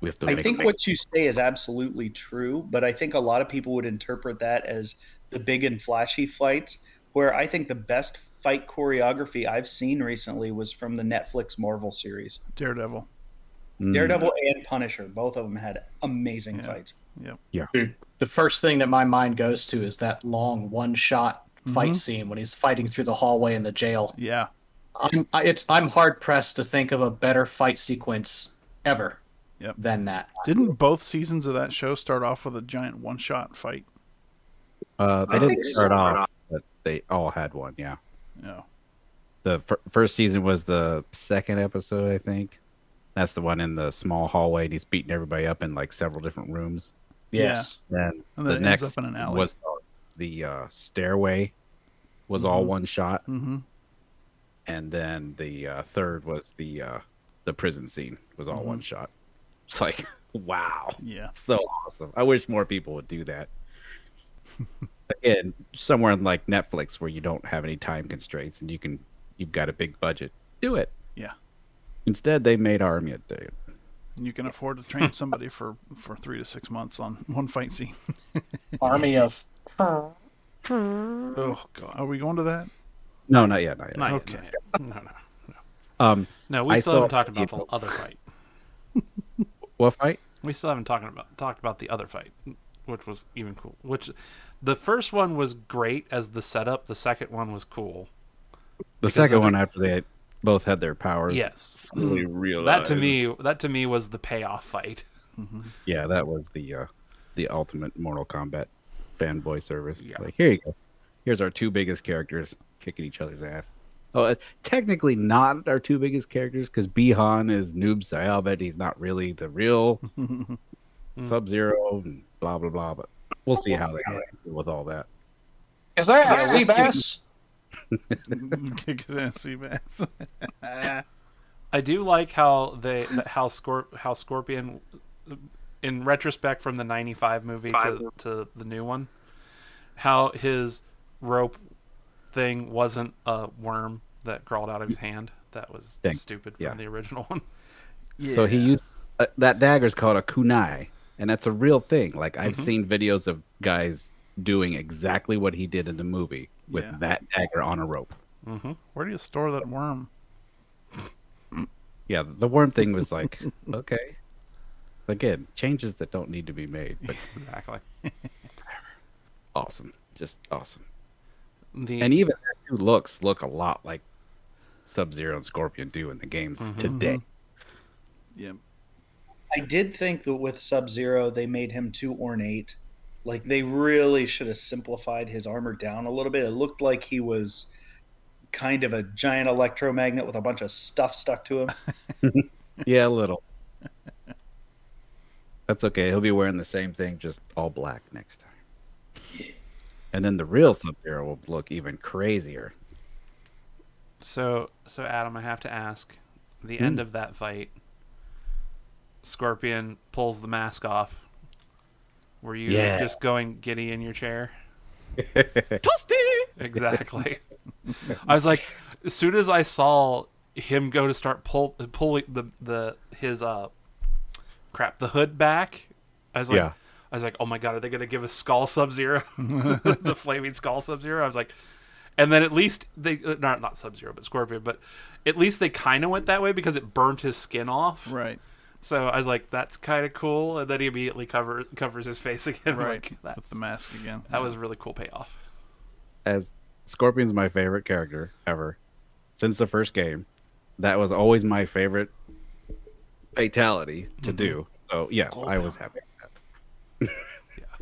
Speaker 2: We have to
Speaker 3: I
Speaker 2: make
Speaker 3: think what you say is absolutely true, but I think a lot of people would interpret that as the big and flashy fights. Where I think the best fight choreography I've seen recently was from the Netflix Marvel series.
Speaker 1: Daredevil.
Speaker 2: Mm,
Speaker 3: Daredevil and Punisher, both of them had amazing
Speaker 1: Yeah.
Speaker 3: fights.
Speaker 6: The first thing that my mind goes to is that long one shot fight scene when he's fighting through the hallway in the jail.
Speaker 1: Yeah.
Speaker 6: I'm I, it's I'm hard pressed to think of a better fight sequence ever
Speaker 1: Yep.
Speaker 6: than that.
Speaker 1: Didn't both seasons of that show start off with a giant one-shot fight?
Speaker 2: Uh, they
Speaker 3: I
Speaker 2: didn't
Speaker 3: think so.
Speaker 2: start off, but they all had one. Yeah.
Speaker 1: Yeah.
Speaker 2: The fir- first season was the second episode, I think. That's the one in the small hallway, and he's beating everybody up in like several different rooms.
Speaker 6: Yes.
Speaker 2: Then
Speaker 1: And
Speaker 2: the
Speaker 1: then it
Speaker 2: next
Speaker 1: ends up in an alley.
Speaker 2: was the, the uh, stairway was all one shot,
Speaker 1: hmm
Speaker 2: and then the uh, third was the uh, the prison scene was all one shot. It's like wow.
Speaker 1: Yeah.
Speaker 2: so awesome. I wish more people would do that. Again, somewhere on like Netflix where you don't have any time constraints and you can you've got a big budget. Do it.
Speaker 1: Yeah.
Speaker 2: Instead they made Armia do it.
Speaker 1: And you can afford to train somebody for, for three to six months on one fight scene.
Speaker 6: Army of
Speaker 1: Oh, God. Are we going to that?
Speaker 2: No, not yet, not yet.
Speaker 5: Not yet,
Speaker 1: Okay.
Speaker 5: not yet. No, no.
Speaker 2: Um
Speaker 5: No, we
Speaker 2: I
Speaker 5: still
Speaker 2: saw-
Speaker 5: haven't talked about the
Speaker 2: you-
Speaker 5: other fight.
Speaker 2: what fight?
Speaker 5: We still haven't talking about talked about the other fight, which was even cool. Which the first one was great as the setup. The second one was cool.
Speaker 2: The
Speaker 5: of
Speaker 2: second
Speaker 5: the-
Speaker 2: one after they had- both had their powers.
Speaker 5: Yes,
Speaker 2: Fully realized.
Speaker 5: that to me, that to me was the payoff fight.
Speaker 2: Yeah, that was the uh the ultimate Mortal Kombat fanboy service.
Speaker 5: Yeah.
Speaker 2: Like, here you go. Here's our two biggest characters kicking each other's ass. Oh, uh, technically not our two biggest characters because Bihan is Noob Saibet. he's not really the real Sub Zero and blah blah blah. But we'll see how they handle with all that.
Speaker 6: Is that
Speaker 3: Yeah, we'll see.
Speaker 6: Seabass?
Speaker 1: Kick his ass, Seabass.
Speaker 5: I do like how they how Scorp, how Scorpion, in retrospect from the '95 movie to, to the new one, how his rope thing wasn't a worm that crawled out of his hand. That was
Speaker 2: Thing.
Speaker 5: stupid from
Speaker 2: Yeah.
Speaker 5: the original one.
Speaker 2: So he used uh, that dagger's called a kunai, and that's a real thing. Like I've seen videos of guys doing exactly what he did in the movie with
Speaker 1: Yeah.
Speaker 2: that dagger on a rope.
Speaker 5: Mm-hmm,
Speaker 1: Where do you store that worm?
Speaker 2: yeah, the worm thing was like, okay. Again, changes that don't need to be made, but
Speaker 5: Exactly.
Speaker 2: awesome. Just awesome.
Speaker 5: The,
Speaker 2: And even their new looks look a lot like Sub Zero and Scorpion do in the games today.
Speaker 1: Yeah.
Speaker 3: I did think that with Sub Zero, they made him too ornate. Like they really should have simplified his armor down a little bit. It looked like he was kind of a giant electromagnet with a bunch of stuff stuck to him.
Speaker 2: Yeah, a little. That's okay. He'll be wearing the same thing, just all black next time. And then the real Sub Zero will look even crazier.
Speaker 5: So, so Adam, I have to ask,
Speaker 2: Hmm.
Speaker 5: the end of that fight, Scorpion pulls the mask off. Were you
Speaker 2: Yeah.
Speaker 5: just going giddy in your chair? Exactly. I was like, as soon as I saw him go to start pull pulling the the his uh crap the hood back, I was like,
Speaker 2: Yeah.
Speaker 5: I was like, oh my god, are they gonna give us Skull Sub Zero, the flaming Skull Sub Zero? I was like, and then at least they uh, not not Sub Zero but Scorpion, but at least they kind of went that way because it burnt his skin off.
Speaker 1: Right.
Speaker 5: So I was like, that's kind of cool, and then he immediately cover covers his face again. I'm
Speaker 1: Right.
Speaker 5: like, that's
Speaker 1: With the mask again.
Speaker 5: that was a really cool payoff.
Speaker 2: as Scorpion's my favorite character ever since the first game. That was always my favorite fatality to do. So yes, I was happy. with that.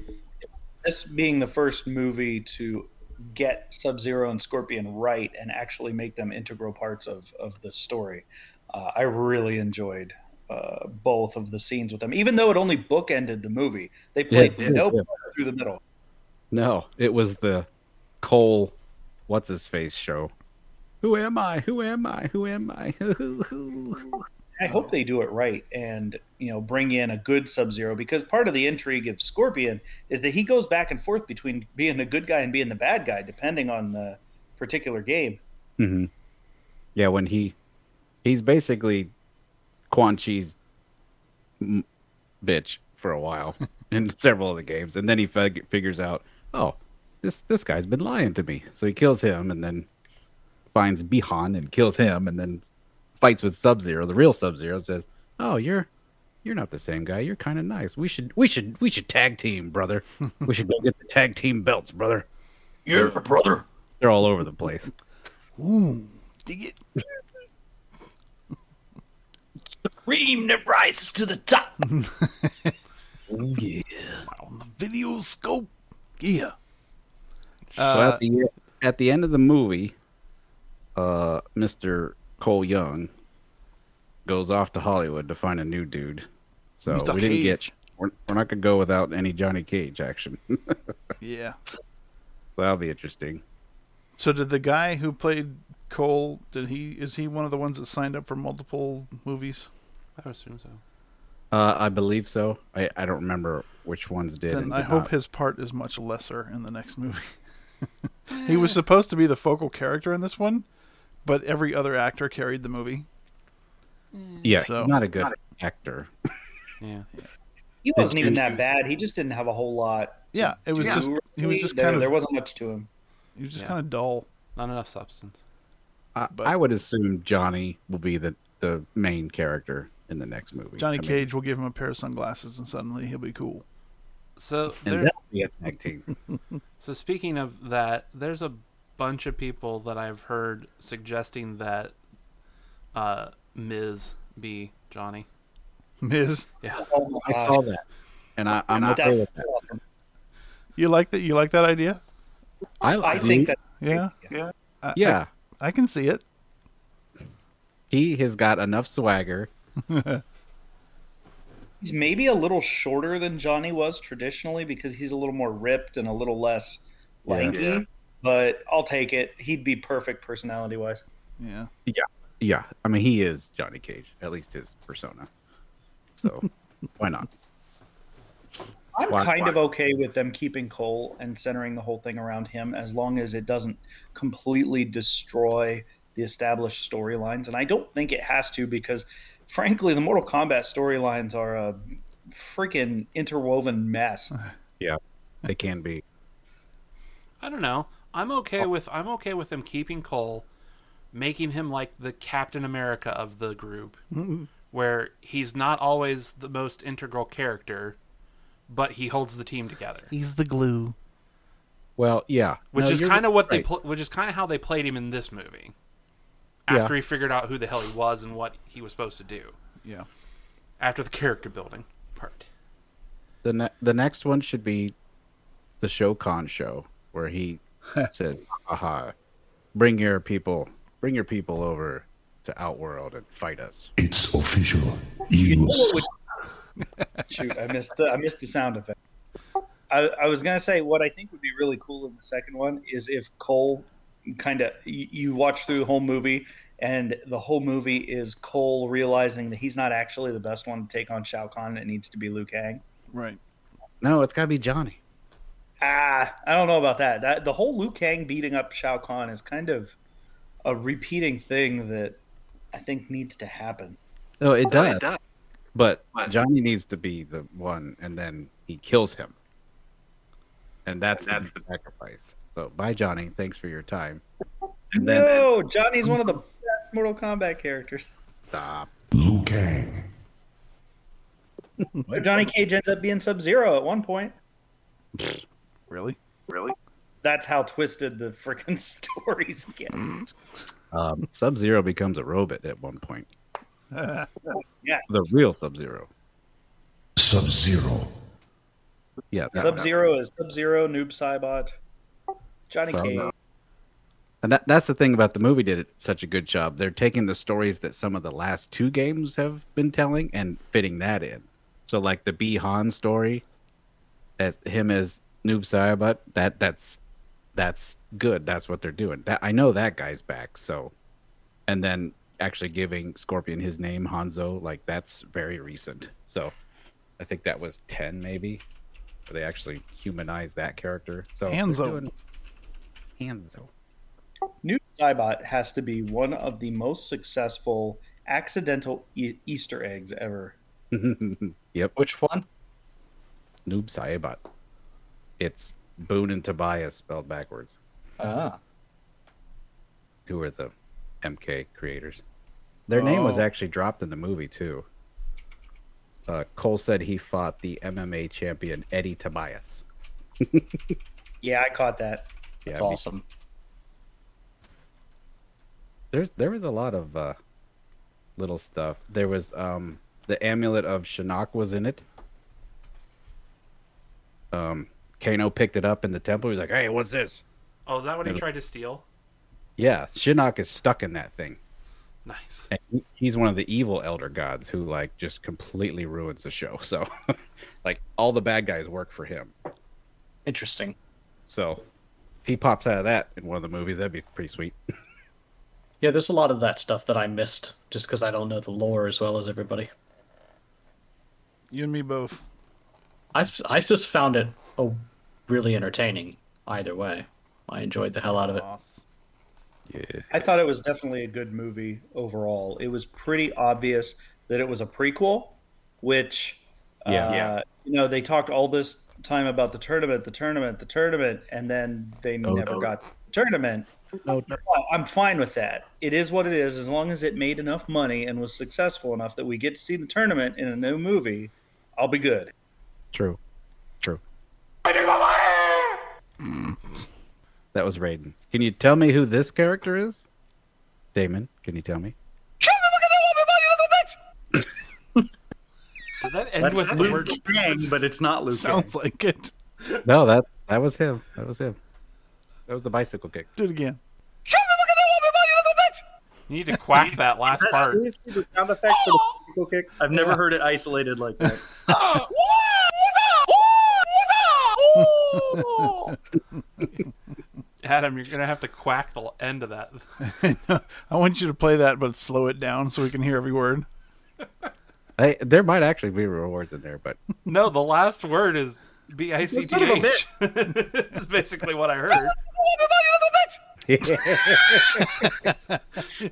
Speaker 3: This being the first movie to get Sub Zero and Scorpion right and actually make them integral parts of, of the story, uh, I really enjoyed uh, both of the scenes with them, even though it only bookended the movie. They played
Speaker 2: Yeah,
Speaker 3: no
Speaker 2: yeah.
Speaker 3: part through the middle.
Speaker 2: No, it was the Cole, what's his face show. Who am I? Who am I? Who am I?
Speaker 3: I hope they do it right and you know bring in a good Sub Zero because part of the intrigue of Scorpion is that he goes back and forth between being a good guy and being the bad guy depending on the particular game.
Speaker 2: hmm Yeah, when he he's basically Quan Chi's m- bitch for a while in several of the games, and then he fig- figures out, oh, this this guy's been lying to me, so he kills him, and then finds Bihan and kills him, and then fights with Sub Zero, the real Sub Zero, says, oh, you're you're not the same guy. You're kind of nice. We should we should we should tag team, brother. we should go get the tag team belts, brother.
Speaker 4: Yeah, brother.
Speaker 2: They're all over the place.
Speaker 1: Ooh, dig it.
Speaker 4: Cream that rises to the top.
Speaker 2: Oh yeah.
Speaker 1: On the video scope. Yeah.
Speaker 2: So
Speaker 1: Uh,
Speaker 2: at the e, at the end of the movie, uh, Mr. Cole Young goes off to Hollywood to find a new dude. So
Speaker 1: Mr.
Speaker 2: we didn't get
Speaker 1: Cage.
Speaker 2: we're, we're not gonna go without any Johnny Cage action.
Speaker 1: yeah.
Speaker 2: That'll be interesting.
Speaker 1: So did the guy who played Cole? Did he? Is he one of the ones that signed up for multiple movies?
Speaker 5: I would assume so.
Speaker 2: Uh, I believe so. I, I don't remember which ones did.
Speaker 1: then
Speaker 2: and
Speaker 1: I
Speaker 2: did
Speaker 1: hope
Speaker 2: not.
Speaker 1: his part is much lesser in the next movie. he was supposed to be the focal character in this one, but every other actor carried the movie.
Speaker 2: yeah,
Speaker 1: so-
Speaker 2: he's not a good actor.
Speaker 5: Yeah.
Speaker 3: He wasn't even
Speaker 2: you-
Speaker 3: that bad. He just didn't have a whole lot. to
Speaker 1: Yeah, it was
Speaker 3: do,
Speaker 1: just he was
Speaker 3: really.
Speaker 1: just
Speaker 3: there,
Speaker 1: kind
Speaker 3: there
Speaker 1: of
Speaker 3: wasn't much to him.
Speaker 1: he was just
Speaker 5: yeah.
Speaker 1: kind of dull.
Speaker 5: Not enough substance.
Speaker 2: I,
Speaker 1: But-
Speaker 2: I would assume Johnny will be the, the main character in the next movie.
Speaker 1: Johnny
Speaker 2: I mean,
Speaker 1: Cage will give him a pair of sunglasses and suddenly he'll be cool.
Speaker 5: So
Speaker 2: and
Speaker 5: there,
Speaker 2: that'll be a tag team.
Speaker 5: so speaking of that, there's a bunch of people that I've heard suggesting that uh, Ms. be Johnny.
Speaker 1: Miz,
Speaker 3: Oh my
Speaker 2: I
Speaker 3: gosh.
Speaker 2: saw that, and I, I'm
Speaker 3: But
Speaker 2: okay
Speaker 3: that's
Speaker 2: with that.
Speaker 3: awesome.
Speaker 1: you like that? You like that idea?
Speaker 2: I,
Speaker 3: I
Speaker 2: do.
Speaker 3: think that
Speaker 1: Yeah,
Speaker 3: Yeah.
Speaker 1: I, I-
Speaker 2: Yeah,
Speaker 1: I, can see it.
Speaker 2: he has got enough swagger.
Speaker 3: he's maybe a little shorter than Johnny was traditionally because he's a little more ripped and a little less
Speaker 2: Yeah.
Speaker 3: lanky.
Speaker 4: Yeah.
Speaker 3: But I'll take it. He'd be perfect personality wise.
Speaker 1: Yeah,
Speaker 2: Yeah, I mean he is Johnny Cage, at least his persona. So why not?
Speaker 3: I'm
Speaker 2: Why-
Speaker 3: kind
Speaker 2: why?
Speaker 3: of okay with them keeping Cole and centering the whole thing around him as long as it doesn't completely destroy the established storylines. And I don't think it has to because, frankly, the Mortal Kombat storylines are a freaking interwoven mess.
Speaker 2: They can be.
Speaker 5: I don't know. I'm
Speaker 2: Oh.
Speaker 5: okay with I'm okay with them keeping Cole, making him like the Captain America of the group,
Speaker 2: Mm-hmm.
Speaker 5: where he's not always the most integral character, but he holds the team together.
Speaker 1: he's the glue.
Speaker 2: Well, yeah,
Speaker 5: Which
Speaker 2: No,
Speaker 5: is
Speaker 2: you're
Speaker 5: kind of what they
Speaker 2: right.
Speaker 5: pl- which is kind of how they played him in this movie.
Speaker 2: Yeah.
Speaker 5: After he figured out who the hell he was and what he was supposed to do.
Speaker 1: Yeah.
Speaker 5: After the character building part.
Speaker 2: the ne- the next one should be the Shokan show where he says, "Aha, bring your people, bring your people over to Outworld and fight us."
Speaker 4: It's official.
Speaker 3: You know what would- Shoot, I missed the I missed the sound effect. I, I was gonna say what I think would be really cool in the second one is if Cole kind of you, you watch through the whole movie and the whole movie is Cole realizing that he's not actually the best one to take on Shao Kahn. It needs to be Liu Kang.
Speaker 1: Right.
Speaker 2: No, it's got to be Johnny.
Speaker 3: Ah, I don't know about that. That the whole Liu Kang beating up Shao Kahn is kind of a repeating thing that I think needs to happen.
Speaker 2: No, it does.
Speaker 4: It does.
Speaker 2: But
Speaker 4: But-
Speaker 2: Johnny needs to be the one, and then he kills him, and that's that's the sacrifice. So, bye, Johnny. Thanks for your time. And then
Speaker 3: No, Johnny's one of the best Mortal Kombat characters.
Speaker 2: stop.
Speaker 4: Liu Kang.
Speaker 3: But Johnny Cage ends up being Sub Zero at one point.
Speaker 1: Really?
Speaker 4: Really?
Speaker 3: That's how twisted the freaking stories get.
Speaker 2: Um, Sub Zero becomes a robot at one point.
Speaker 3: Yeah,
Speaker 2: The real Sub Zero.
Speaker 4: Sub Zero.
Speaker 2: Yeah. that
Speaker 3: Sub
Speaker 2: one.
Speaker 3: Zero is Sub Zero, Noob Saibot, Johnny
Speaker 2: Well,
Speaker 3: Cage.
Speaker 2: And that, that's the thing about the movie did it such a good job. They're taking the stories that some of the last two games have been telling and fitting that in. So like the B Han story, as him as Noob Saibot, that that's that's good. That's what they're doing. That I know that guy's back. So, and then actually giving Scorpion his name Hanzo, like that's very recent. So, I think that was ten maybe. Where they actually humanized that character. So they're
Speaker 1: Hanzo.
Speaker 2: doing- Hanzo.
Speaker 3: Noob Saibot has to be one of the most successful accidental e- Easter eggs ever.
Speaker 2: yep,
Speaker 6: Which one?
Speaker 2: Noob Saibot. It's Boone and Tobias spelled backwards,
Speaker 6: Ah,
Speaker 2: who are the MK creators. Their name was
Speaker 1: Oh.
Speaker 2: actually dropped in the movie too. Uh, Cole said he fought the MMA champion Eddie Tobias.
Speaker 3: Yeah, I caught that.
Speaker 6: that's
Speaker 2: be-
Speaker 6: awesome.
Speaker 2: There's there was a lot of uh, little stuff. There was um, the amulet of Shinnok was in it. Um, Kano picked it up in the temple. He's like, "Hey, what's this?"
Speaker 5: Oh, is that what he
Speaker 2: Maybe.
Speaker 5: tried to steal?
Speaker 2: Yeah, Shinnok is stuck in that thing.
Speaker 5: Nice.
Speaker 2: and he- he's one of the evil elder gods who like just completely ruins the show so like all the bad guys work for him
Speaker 6: Interesting.
Speaker 2: so if he pops out of that in one of the movies that'd be pretty sweet
Speaker 6: Yeah, there's a lot of that stuff that I missed just because I don't know the lore as well as everybody.
Speaker 1: You and me both.
Speaker 6: I've I just found it oh, really entertaining. Either way, I enjoyed the hell out of it.
Speaker 2: yeah
Speaker 3: I thought it was definitely a good movie overall. It was pretty obvious that it was a prequel, which,
Speaker 2: Yeah.
Speaker 3: uh,
Speaker 2: Yeah.
Speaker 3: you know, they talked all this time about the tournament, the tournament, the tournament, and then they
Speaker 2: Oh,
Speaker 3: never
Speaker 2: no.
Speaker 3: got the tournament.
Speaker 2: no
Speaker 3: Well, I'm fine with that. It is what it is, as long as it made enough money and was successful enough that we get to see the tournament in a new movie. I'll be good.
Speaker 2: true true that was raiden can you tell me who this character is damon can you tell me
Speaker 5: Did that end with the word?
Speaker 7: Kang, but it's not Luke Kang.
Speaker 1: Sounds like it.
Speaker 2: no that that was him that was him that was the bicycle kick
Speaker 1: Do it again.
Speaker 5: You need to quack that last
Speaker 7: Is that
Speaker 5: part.
Speaker 7: seriously the sound effect for the bicycle kick? I've never heard it isolated like that.
Speaker 5: Adam, you're gonna have to quack the l- end of that.
Speaker 1: I want you to play that, but slow it down so we can hear every word.
Speaker 2: Hey, there might actually be rewards in there but
Speaker 5: No, the last word is B I C T H. Is basically what I heard.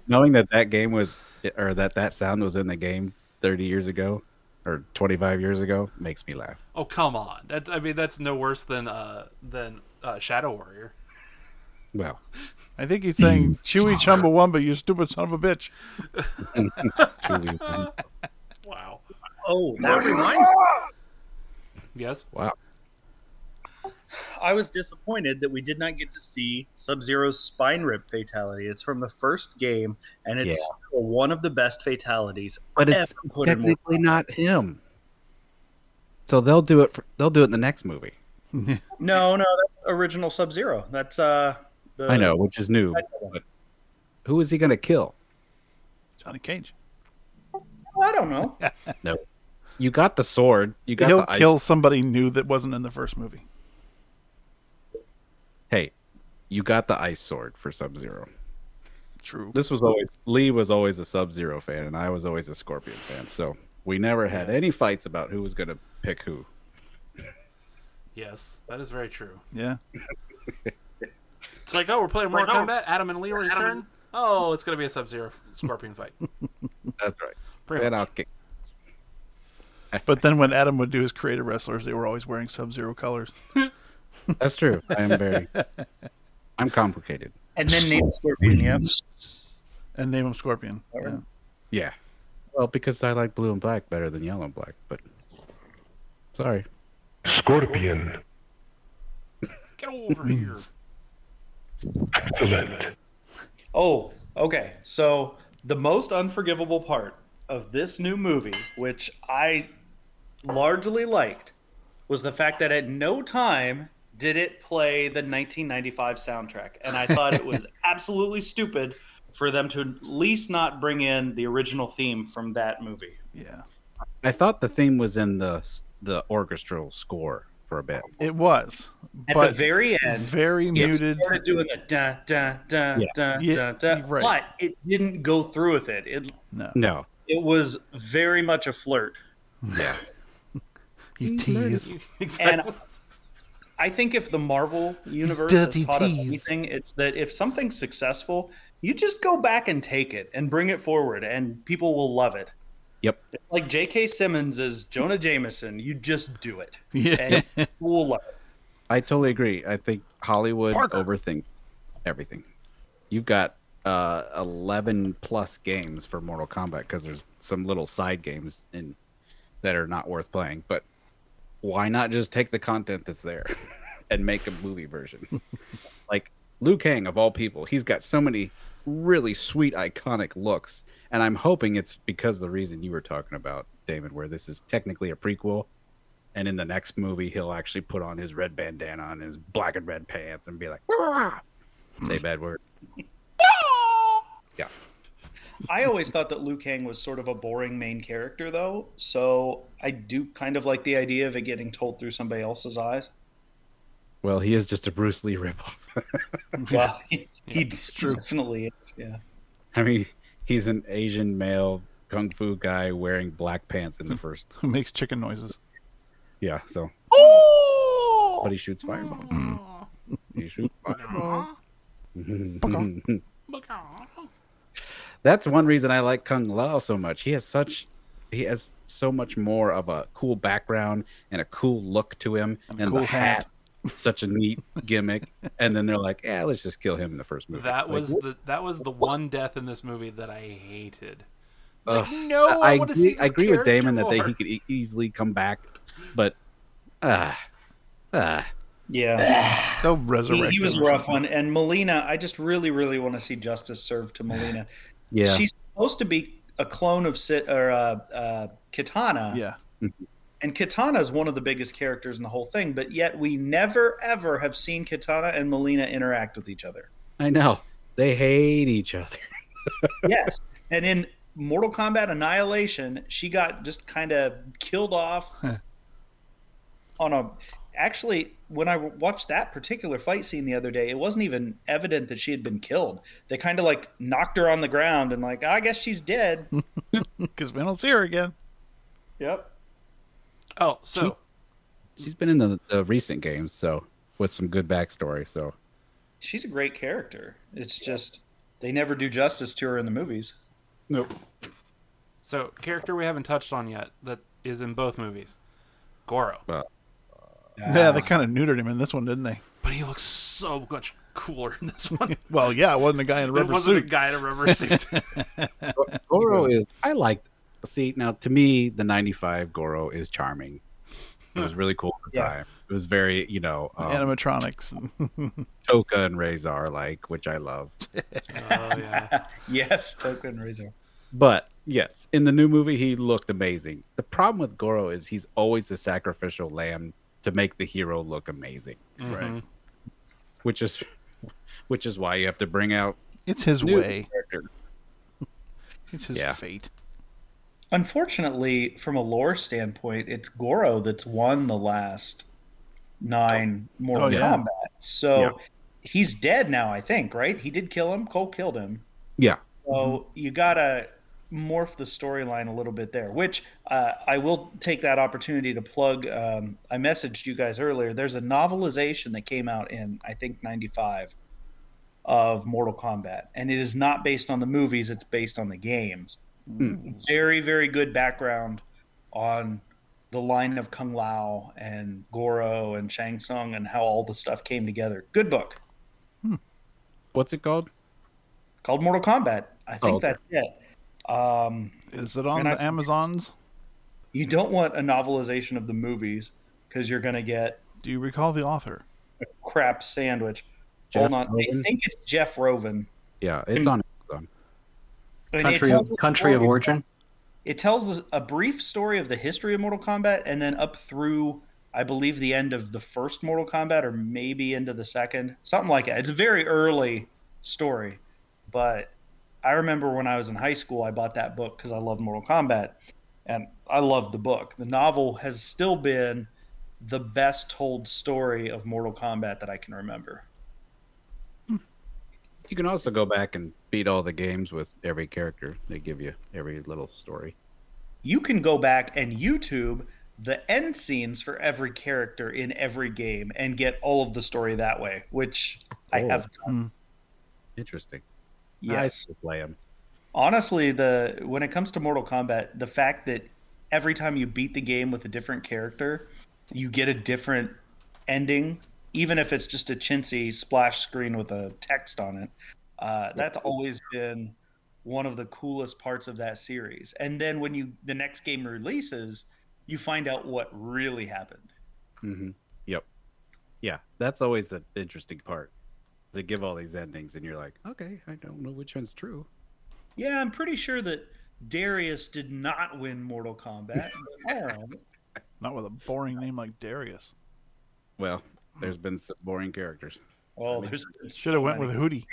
Speaker 2: knowing that that game was or that that sound was in the game 30 years ago or 25 years ago makes me laugh
Speaker 5: Oh come on! That, I mean, that's no worse than uh than uh, Shadow Warrior.
Speaker 2: well
Speaker 1: I think he's saying, Chewy Chumbawamba, you stupid son of a bitch.
Speaker 2: truly
Speaker 5: Wow.
Speaker 3: Oh,
Speaker 7: That reminds me,
Speaker 5: Yes.
Speaker 2: wow
Speaker 3: I was disappointed that we did not get to see Sub Zero's spine rip fatality. It's from the first game, and it's still one of the best fatalities
Speaker 2: but
Speaker 3: ever put in. Mortal Kombat.
Speaker 2: not him so they'll do it for, they'll do it in the next movie
Speaker 3: No, no, that's original Sub Zero. That's uh, the,
Speaker 2: i know which is new but who is he going to kill
Speaker 1: Johnny Cage.
Speaker 3: Well, I don't know.
Speaker 2: you got the sword you got
Speaker 1: He'll
Speaker 2: the ice-
Speaker 1: kill somebody new that wasn't in the first movie.
Speaker 2: hey you got the ice sword for sub zero
Speaker 1: True.
Speaker 2: this was always Lee was always a Sub Zero fan, and I was always a Scorpion fan. So we never had any fights about who was going to pick who.
Speaker 5: Yes. That is very true.
Speaker 1: Yeah.
Speaker 5: It's like, oh, we're playing Mortal Kombat. Adam and Lee return. Oh, it's gonna be a Sub Zero Scorpion fight.
Speaker 2: That's right.
Speaker 5: Pretty
Speaker 2: And
Speaker 5: much.
Speaker 2: I'll kick.
Speaker 1: But then when Adam would do his creative wrestlers, they were always wearing Sub Zero colors.
Speaker 2: That's true. I am very. I'm complicated.
Speaker 3: And then Nate Scorpion. Yep.
Speaker 1: And name him Scorpion. Yeah.
Speaker 2: Yeah. Well, because I like blue and black better than yellow and black, but sorry.
Speaker 4: Scorpion.
Speaker 5: Get over here.
Speaker 4: Excellent.
Speaker 3: Oh, okay. So the most unforgivable part of this new movie, which I largely liked, was the fact that at no time did it play the 1995 soundtrack, and I thought it was absolutely stupid for them to at least not bring in the original theme from that movie.
Speaker 1: Yeah.
Speaker 2: I thought the theme was in the the orchestral score for a bit.
Speaker 1: It was.
Speaker 3: At
Speaker 1: but
Speaker 3: the very end,
Speaker 1: very muted.
Speaker 3: it started doing the da da da
Speaker 2: Yeah.
Speaker 3: da
Speaker 1: Yeah,
Speaker 3: da da,
Speaker 1: right.
Speaker 3: but it didn't go through with it. It
Speaker 1: No.
Speaker 2: No,
Speaker 3: it was very much a flirt.
Speaker 1: You tease.
Speaker 3: And I think if the Marvel universe
Speaker 1: Dirty
Speaker 3: has taught us
Speaker 1: teeth.
Speaker 3: anything, it's that if something's successful, you just go back and take it and bring it forward, and people will love it.
Speaker 2: Yep.
Speaker 3: Like J.K. Simmons is Jonah Jameson, you just do it.
Speaker 1: Yeah.
Speaker 3: And people will love it.
Speaker 2: I totally agree. I think Hollywood
Speaker 1: Parker.
Speaker 2: overthinks everything. You've got uh, eleven plus games for Mortal Kombat because there's some little side games in that are not worth playing. But why not just take the content that's there and make a movie version? like Liu Kang of all people, he's got so many really sweet iconic looks, and I'm hoping it's because the reason you were talking about Damon, where this is technically a prequel and in the next movie he'll actually put on his red bandana and his black and red pants and be like "Wah, wah, wah." say bad word yeah
Speaker 3: I always thought that Liu Kang was sort of a boring main character, though. So I do kind of like the idea of it getting told through somebody else's eyes.
Speaker 2: well he is just a bruce lee ripoff
Speaker 3: Well, he, he
Speaker 5: it's
Speaker 1: true.
Speaker 3: definitely is. Yeah.
Speaker 2: i mean he's an asian male kung fu guy wearing black pants in the first
Speaker 1: Who makes chicken noises?
Speaker 2: yeah so but he shoots fireballs he shoots fireballs that's one reason i like kung lao so much he has such he has so much more of a cool background and a cool look to him and,
Speaker 1: cool
Speaker 2: the hat, such a neat gimmick and then they're like yeah let's just kill him in the first movie
Speaker 5: That
Speaker 2: Like,
Speaker 5: was
Speaker 2: what-
Speaker 5: the that was the one death in this movie that I hated.
Speaker 2: Ugh.
Speaker 5: Like, no, I, want to
Speaker 2: agree,
Speaker 5: see.
Speaker 2: I
Speaker 5: this
Speaker 2: agree with Damon that
Speaker 5: character
Speaker 2: they,
Speaker 5: more.
Speaker 2: he could e- easily come back, but ah, ah,
Speaker 3: Yeah.
Speaker 1: They'll resurrect.
Speaker 3: He, he was a
Speaker 1: him or
Speaker 3: rough
Speaker 1: something.
Speaker 3: one. And Melina, I just really, really want to see justice served to Melina.
Speaker 2: yeah.
Speaker 3: She's supposed to be a clone of Sit or uh, uh, Katana.
Speaker 1: Yeah.
Speaker 3: And Katana is one of the biggest characters in the whole thing, but yet we never ever have seen Katana and Melina interact with each other.
Speaker 2: I know they hate each other.
Speaker 3: yes. And in Mortal Kombat Annihilation, she got just kind of killed off on a. Actually, when I watched that particular fight scene the other day, it wasn't even evident that she had been killed. They kind of like knocked her on the ground and like, I guess she's dead.
Speaker 1: Hmm. Because we don't see her again.
Speaker 3: yep.
Speaker 5: Oh, so
Speaker 2: She's been in the, the recent games, so with some good backstory. So
Speaker 3: She's a great character. It's just they never do justice to her in the movies.
Speaker 2: nope.
Speaker 5: so character we haven't touched on yet that is in both movies, Goro.
Speaker 3: Ah.
Speaker 1: yeah,
Speaker 3: Uh,
Speaker 1: they kind of neutered him in this one, didn't they?
Speaker 5: But he looks so much cooler in this one.
Speaker 1: Well, yeah, it wasn't a guy in a
Speaker 5: it
Speaker 1: rubber
Speaker 5: wasn't
Speaker 1: suit.
Speaker 5: a guy in a rubber suit.
Speaker 2: Oh, Goro is I like. See now to me the '95 Goro is charming. It was really cool at the
Speaker 3: Yeah.
Speaker 2: time. It was very you know um,
Speaker 1: Animatronics.
Speaker 2: Toka and Razor like, which I love.
Speaker 5: oh yeah.
Speaker 3: Yes, Token Razor.
Speaker 2: But yes, in the new movie, he looked amazing. The problem with Goro is he's always the sacrificial lamb to make the hero look amazing,
Speaker 5: Mhm.
Speaker 2: which is which is why you have to bring out
Speaker 1: It's his
Speaker 2: new
Speaker 1: way.
Speaker 2: characters.
Speaker 1: It's his
Speaker 2: Yeah.
Speaker 1: fate.
Speaker 3: Unfortunately, from a lore standpoint, it's Goro that's won the last nine Mortal
Speaker 1: Oh, yeah.
Speaker 3: Kombat. So
Speaker 2: Yeah.
Speaker 3: he's dead now, I think, right? He did kill him. Cole killed him.
Speaker 2: Yeah,
Speaker 3: So you gotta morph the storyline a little bit there. Which uh, I will take that opportunity to plug. Um, I messaged you guys earlier. There's a novelization that came out in I think '95 of Mortal Kombat, and it is not based on the movies. It's based on the games. Very very good background on the line of Kung Lao and Goro and Shang Tsung and how all the stuff came together. Good book
Speaker 2: what's it called?
Speaker 3: called Mortal Kombat. I think
Speaker 2: Oh, okay.
Speaker 3: that's it. Um,
Speaker 1: Is it on
Speaker 3: And I-
Speaker 1: the Amazons?
Speaker 3: you don't want a novelization of the movies because you're going to get
Speaker 1: Do you recall the author?
Speaker 3: a crap sandwich.
Speaker 2: Jeff
Speaker 3: Hold on, I
Speaker 2: Roven?
Speaker 3: think it's Jeff Roven.
Speaker 2: Yeah, it's on Amazon.
Speaker 3: And it
Speaker 6: Country of
Speaker 3: tells the
Speaker 6: country of
Speaker 3: story-
Speaker 6: origin.
Speaker 3: It tells us a brief story of the history of Mortal Kombat and then up through I believe the end of the first Mortal Kombat or maybe into the second, something like that. It's a very early story, but I remember when I was in high school, I bought that book because I loved Mortal Kombat and I loved the book. The novel has still been the best told story of Mortal Kombat that I can remember.
Speaker 2: You can also go back and beat all the games with every character. They give you every little story.
Speaker 3: You can go back and YouTube the end scenes for every character in every game and get all of the story that way, which I
Speaker 2: Oh.
Speaker 3: have done.
Speaker 2: Interesting.
Speaker 3: Yes.
Speaker 2: I play 'em.
Speaker 3: honestly the when it comes to mortal kombat the fact that every time you beat the game with a different character you get a different ending even if it's just a chintzy splash screen with a text on it uh, that's always been one of the coolest parts of that series and then when you the next game releases you find out what really happened
Speaker 2: hmm Yep. Yeah, that's always the interesting part. They give all these endings, and you're like, okay, I don't know which one's true.
Speaker 3: yeah i'm pretty sure that darius did not win mortal kombat Oh, but, all right.
Speaker 1: Not with a boring name like Darius.
Speaker 2: Well, there's been some boring characters.
Speaker 3: well there's
Speaker 1: Should have went with Hootie.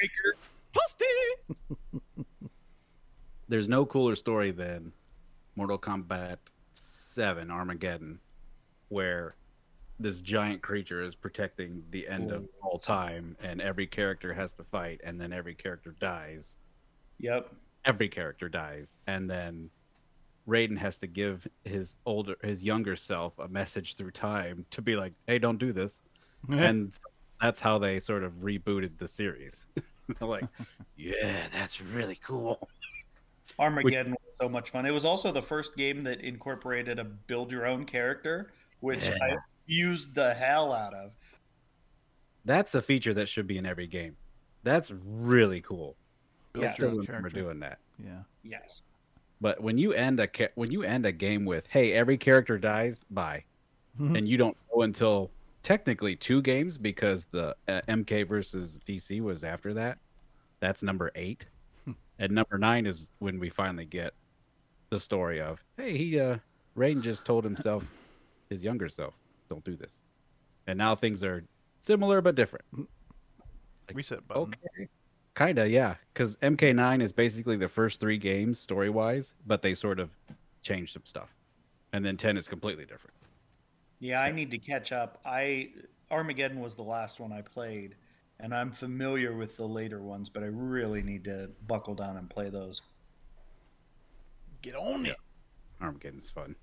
Speaker 2: There's no cooler story than Mortal Kombat 7 Armageddon, where this giant creature is protecting the end of all time, and every character has to fight, and then every character dies.
Speaker 3: yep
Speaker 2: every character dies, and then Raiden has to give his older, his younger self a message through time to be like, "Hey, don't do this," and that's how they sort of rebooted the series. They're like, "Yeah, that's really cool."
Speaker 3: Armageddon was so much fun. It was also the first game that incorporated a build your own character, which I used the hell out of.
Speaker 2: That's a feature that should be in every game. That's really cool.
Speaker 1: Built
Speaker 3: Yeah.
Speaker 2: I
Speaker 1: your
Speaker 2: still
Speaker 1: own
Speaker 2: remember
Speaker 1: character.
Speaker 2: doing that.
Speaker 1: Yeah.
Speaker 3: Yes.
Speaker 2: But when you end a ca- when you end a game with, "Hey, every character dies," bye,
Speaker 1: Hmm.
Speaker 2: and you don't know until technically two games because the uh, MK versus DC was after that. That's number eight,
Speaker 1: Hmm.
Speaker 2: and number nine is when we finally get the story of, "Hey, he uh, Raiden just told himself, his younger self, don't do this," and now things are similar but different.
Speaker 1: Reset button.
Speaker 2: Okay. Kinda, yeah. Because MK9 is basically the first three games story wise, but they sort of change some stuff. And then 10 is completely different.
Speaker 3: Yeah, I need to catch up. I Armageddon was the last one I played, and I'm familiar with the later ones, but I really need to buckle down and play those.
Speaker 1: Get on it.
Speaker 2: Armageddon's fun.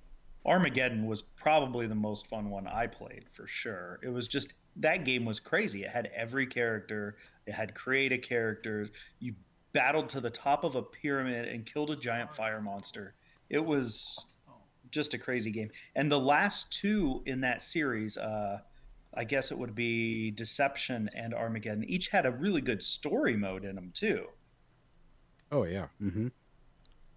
Speaker 3: Armageddon was probably the most fun one I played for sure. It was just that game was crazy. It had every character, it had creative characters. You battled to the top of a pyramid and killed a giant fire monster. It was just a crazy game. And the last two in that series, uh, I guess it would be Deception and Armageddon, each had a really good story mode in them too.
Speaker 2: Oh, yeah. Mm-hmm.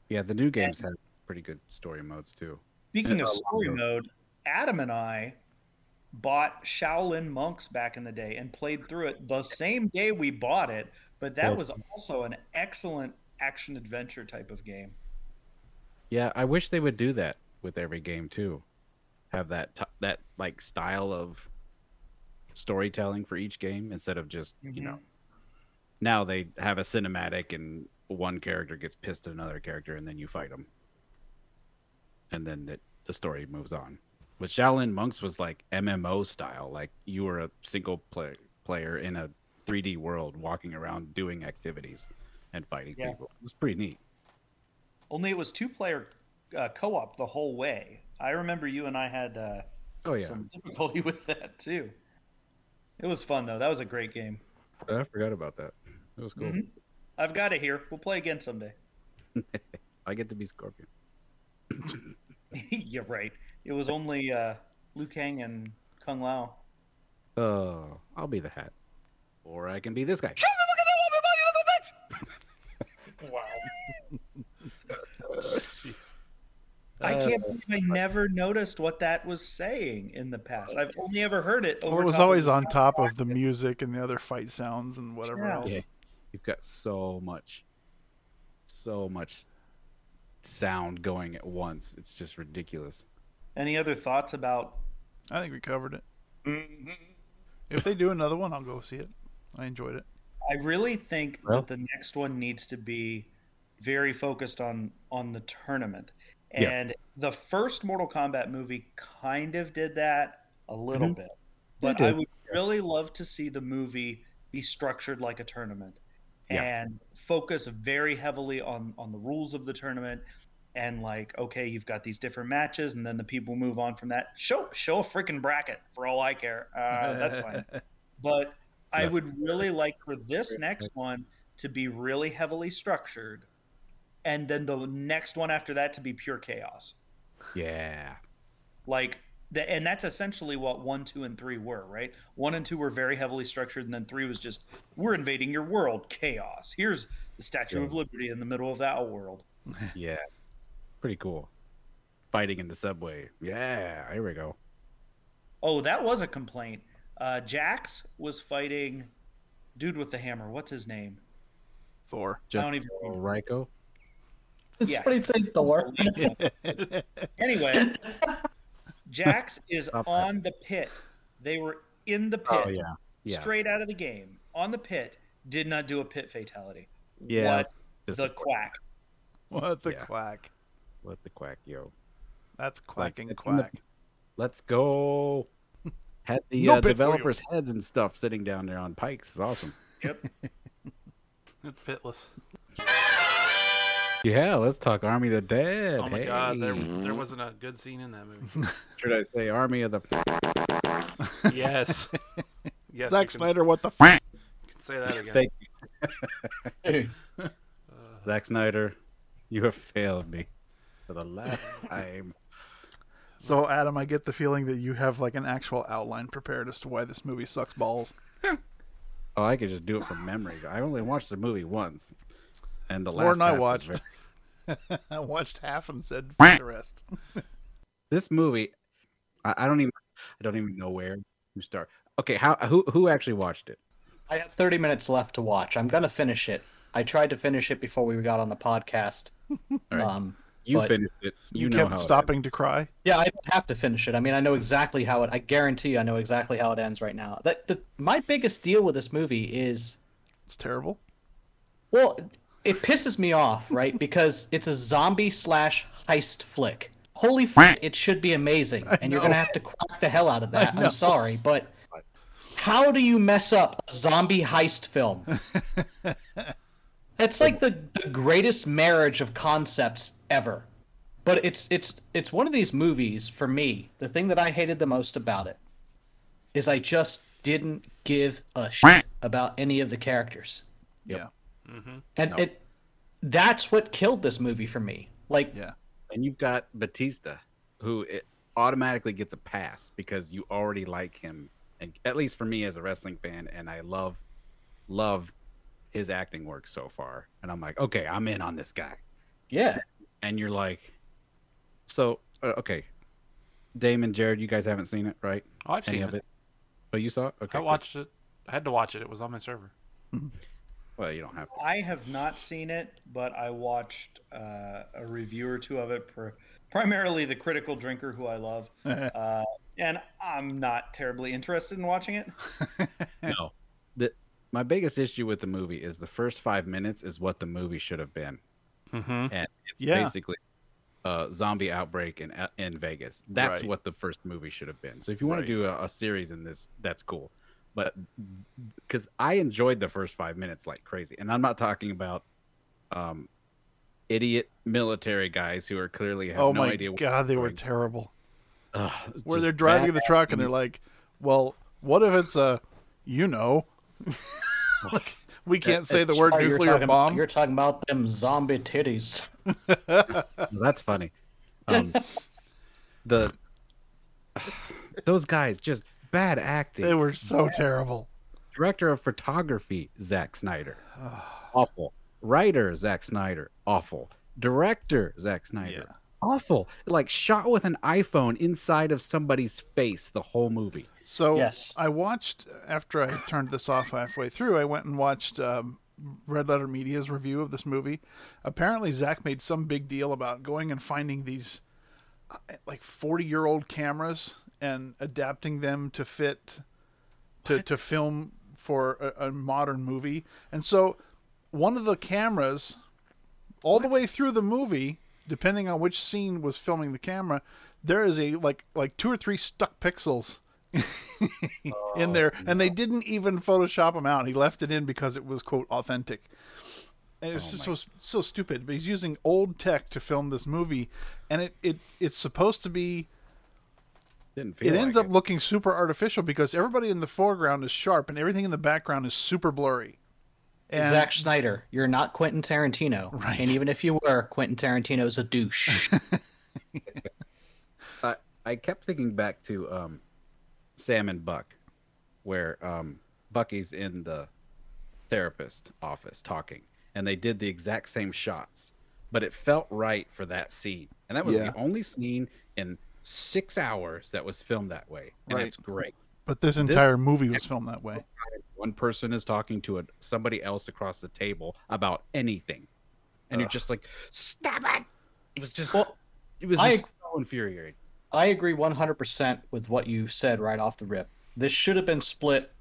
Speaker 2: Yeah, the new games have pretty good story modes, too.
Speaker 3: Speaking
Speaker 2: Yeah,
Speaker 3: of
Speaker 2: a lot
Speaker 3: story
Speaker 2: of-
Speaker 3: mode, Adam and I bought Shaolin Monks back in the day and played through it the same day we bought it, but that
Speaker 2: Yeah.
Speaker 3: was also an excellent action adventure type of game.
Speaker 2: Yeah, I wish they would do that with every game, too. Have that, t- that like, style of storytelling for each game instead of just, you know, now they have a cinematic and one character gets pissed at another character and then you fight them and then it, the story moves on but shaolin monks was like mmo style like you were a single play, player in a 3d world walking around doing activities and fighting
Speaker 3: Yeah.
Speaker 2: people it was pretty neat
Speaker 3: Only it was two player uh, co op the whole way. I remember you and I had uh,
Speaker 2: oh yeah
Speaker 3: some difficulty with that too. It was fun though. That was a great game.
Speaker 2: i forgot about that it was cool
Speaker 3: Mm-hmm. I've got it here. We'll play again someday.
Speaker 2: i get to be scorpion
Speaker 3: You're right. It was only uh, Liu Kang and Kung Lao.
Speaker 2: oh i'll be the hat or i can be this guy
Speaker 3: I can't believe I never noticed what that was saying in the past. I've only ever heard it
Speaker 1: Well,
Speaker 3: over.
Speaker 1: it was
Speaker 3: top of
Speaker 1: always
Speaker 3: the
Speaker 1: on
Speaker 3: sound.
Speaker 1: top of the music and the other fight sounds and whatever
Speaker 3: Yeah.
Speaker 1: else.
Speaker 2: Yeah. You've got so much, so much sound going at once. It's just ridiculous.
Speaker 3: Any other thoughts about
Speaker 1: I think we covered it.
Speaker 3: Mhm.
Speaker 1: If they do another one, I'll go see it. I enjoyed it.
Speaker 3: I really think
Speaker 2: Well-
Speaker 3: that the next one needs to be very focused on on the tournament.
Speaker 2: Yeah.
Speaker 3: And the first Mortal Kombat movie kind of did that a little
Speaker 2: Mm-hmm.
Speaker 3: bit. But I would really love to see the movie be structured like a tournament
Speaker 2: Yeah.
Speaker 3: and focus very heavily on on the rules of the tournament and like okay you've got these different matches and then the people move on from that show show a freaking bracket for all i care uh, that's fine but I
Speaker 2: Left.
Speaker 3: would really like for this next one to be really heavily structured, and then the next one after that to be pure chaos.
Speaker 2: Yeah.
Speaker 3: Like the, and that's essentially what one, two, and three were, right? One and two were very heavily structured, and then three was just we're invading your world, chaos. Here's the Statue of Liberty in the middle of that world.
Speaker 2: Yeah. Pretty cool. Fighting in the subway. Yeah. Here we go.
Speaker 3: Oh, that was a complaint. Uh, Jax was fighting dude with the hammer. What's his name?
Speaker 1: Thor.
Speaker 2: Just
Speaker 3: don't even-
Speaker 2: Oh, Ryko.
Speaker 6: It's
Speaker 3: Yeah.
Speaker 6: pretty safe to work.
Speaker 3: Anyway, Jax is
Speaker 2: Stop that.
Speaker 3: on the pit. They were in the pit,
Speaker 2: Oh yeah. Yeah.
Speaker 3: straight out of the game, on the pit. Did not do a pit fatality.
Speaker 2: Yeah.
Speaker 3: What
Speaker 2: Just
Speaker 3: the quack?
Speaker 1: What the
Speaker 2: Yeah.
Speaker 1: quack?
Speaker 2: What the quack, yo.
Speaker 1: That's quacking
Speaker 2: it's in the-
Speaker 1: quack.
Speaker 2: Let's go. Had the
Speaker 1: No
Speaker 2: uh,
Speaker 1: bit for you.
Speaker 2: developers' heads and stuff sitting down there on pikes. It's awesome.
Speaker 3: Yep.
Speaker 5: It's pitless.
Speaker 2: Yeah, let's talk Army of the Dead.
Speaker 5: Oh my
Speaker 2: Hey.
Speaker 5: god, there there wasn't a good scene in that movie.
Speaker 2: should I say Army of the
Speaker 5: yes. Yes. you
Speaker 1: Zack
Speaker 5: can-
Speaker 1: Snyder, what the f-
Speaker 5: you Can say that again.
Speaker 2: Thank Zack Snyder? You have failed me for the last time.
Speaker 1: So, Adam, I get the feeling that you have like an actual outline prepared as to why this movie sucks balls.
Speaker 2: Oh, I could just do it from memory. I only watched the movie once, and the last
Speaker 1: Lauren and I
Speaker 2: half was
Speaker 1: watched.
Speaker 2: very-
Speaker 1: I watched half and said "F the rest.
Speaker 2: this movie. I, I don't even. I don't even know where to start. Okay, how who who actually watched it?
Speaker 6: I have 30 minutes left to watch. I'm gonna finish it. I tried to finish it before we got on the podcast.
Speaker 2: right.
Speaker 6: Um,
Speaker 2: You
Speaker 6: But-
Speaker 2: finished it. You, know
Speaker 1: kept
Speaker 2: how it
Speaker 1: stopping to cry.
Speaker 6: yeah, I don't have to finish it. I mean, I know exactly how it. I guarantee you, I know exactly how it ends right now. That the my biggest deal with this movie is
Speaker 1: It's terrible.
Speaker 6: Well, it pisses me off, right? Because it's a zombie slash heist flick. Holy f! It should be amazing, and you're gonna have to crack the hell out of that. I'm sorry, but how do you mess up a zombie heist film? it's like the, the greatest marriage of concepts ever. But it's it's it's one of these movies for me. The thing that I hated the most about it is I just didn't give a shit about any of the characters and it that's what killed this movie for me like
Speaker 1: Yeah.
Speaker 2: And you've got Batista, who it automatically gets a pass because you already like him, and at least for me as a wrestling fan, and I love, love his acting work so far. And I'm like, okay, I'm in on this guy.
Speaker 6: yeah
Speaker 2: And you're like, so uh, okay, Damon, Jared, you guys haven't seen it, right?
Speaker 5: Oh, I've seen
Speaker 2: Any
Speaker 5: it.
Speaker 2: of it? Oh, you saw it? Okay.
Speaker 5: I
Speaker 2: good.
Speaker 5: watched it. I had to watch it. It was on my server.
Speaker 2: Well, you don't have to.
Speaker 3: I have not seen it, but I watched uh, a review or two of it, for primarily the critical drinker who I love, uh, and I'm not terribly interested in watching it.
Speaker 2: no. The, my biggest issue with the movie is the first five minutes is what the movie should have been.
Speaker 5: Mm-hmm.
Speaker 2: and it's
Speaker 1: Yeah.
Speaker 2: basically a zombie outbreak in uh, in Vegas. That's
Speaker 1: Right.
Speaker 2: what the first movie should have been. So if you want
Speaker 1: Right.
Speaker 2: to do a, a series in this, that's cool. But because I enjoyed the first five minutes like crazy, and I'm not talking about um, idiot military guys who are clearly have
Speaker 1: oh
Speaker 2: no
Speaker 1: my
Speaker 2: idea. what
Speaker 1: god, they
Speaker 2: they're
Speaker 1: were
Speaker 2: doing.
Speaker 1: terrible.
Speaker 2: Ugh, it's
Speaker 1: Where
Speaker 2: just
Speaker 1: they're driving
Speaker 2: bad.
Speaker 1: the truck and they're like, "Well, what if it's a, you know, like, we can't say the word
Speaker 6: Oh, you're
Speaker 1: nuclear
Speaker 6: talking,
Speaker 1: bomb."
Speaker 6: you're talking about them zombie titties
Speaker 2: Well, that's funny. Um, the those guys just bad acting.
Speaker 1: They were so terrible.
Speaker 2: director of photography Zack Snyder, awful. Writer Zack Snyder, awful. Director Zack Snyder, awful. Like shot with an iPhone inside of somebody's face the whole movie.
Speaker 1: So
Speaker 6: Yes.
Speaker 1: I watched after I turned this off halfway through. I went and watched um, Red Letter Media's review of this movie. Apparently, Zach made some big deal about going and finding these uh, like forty-year-old cameras and adapting them to fit to, to film for a, a modern movie. And so one of the cameras all the way through the movie, depending on which scene was filming the camera, there is a like like two or three stuck pixels in there and they didn't even photoshop him out. He left it in because it was quote authentic. And it's just so so stupid. But he's using old tech to film this movie, and it, it it's supposed to be.
Speaker 2: Didn't feel
Speaker 1: It ends
Speaker 2: like
Speaker 1: up looking super artificial because everybody in the foreground is sharp and everything in the background is super blurry. And
Speaker 6: Zack Snyder, you're not Quentin Tarantino. Right. And even if you were, Quentin Tarantino's a douche.
Speaker 2: I, I kept thinking back to um, Sam and Buck, where um, Bucky's in the therapist office talking, and they did the exact same shots, but it felt right for that scene, and that was
Speaker 1: Yeah.
Speaker 2: the only scene in six hours that was filmed that way, and
Speaker 1: Right.
Speaker 2: it's great.
Speaker 1: but this entire movie was filmed that way.
Speaker 2: One person is talking to a, somebody else across the table about anything, and you're just like, "Stop it!" It was just, it was
Speaker 6: I
Speaker 2: just so infuriating.
Speaker 6: I agree 100% with what you said right off the rip. This should have been split.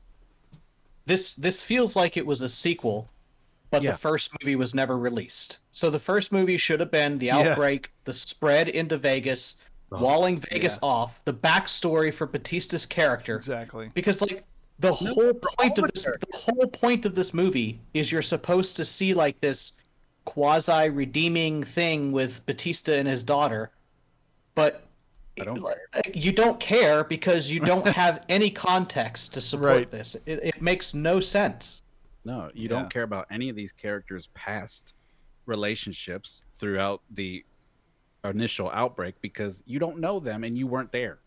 Speaker 6: This this feels like it was a sequel, but
Speaker 2: Yeah.
Speaker 6: the first movie was never released. So the first movie should have been the
Speaker 1: Yeah.
Speaker 6: outbreak, the spread into Vegas, walling Vegas off, the backstory for Batista's character.
Speaker 1: Exactly.
Speaker 6: because like the whole point
Speaker 2: all the
Speaker 6: of this the whole point of this movie is you're supposed to see like this quasi redeeming thing with Batista and his daughter but
Speaker 2: I don't
Speaker 6: like, you don't care because you don't have any context to support
Speaker 1: Right.
Speaker 6: this it, it makes no sense
Speaker 2: No, you
Speaker 1: Yeah.
Speaker 2: don't care about any of these characters' past relationships throughout the initial outbreak because you don't know them and you weren't there.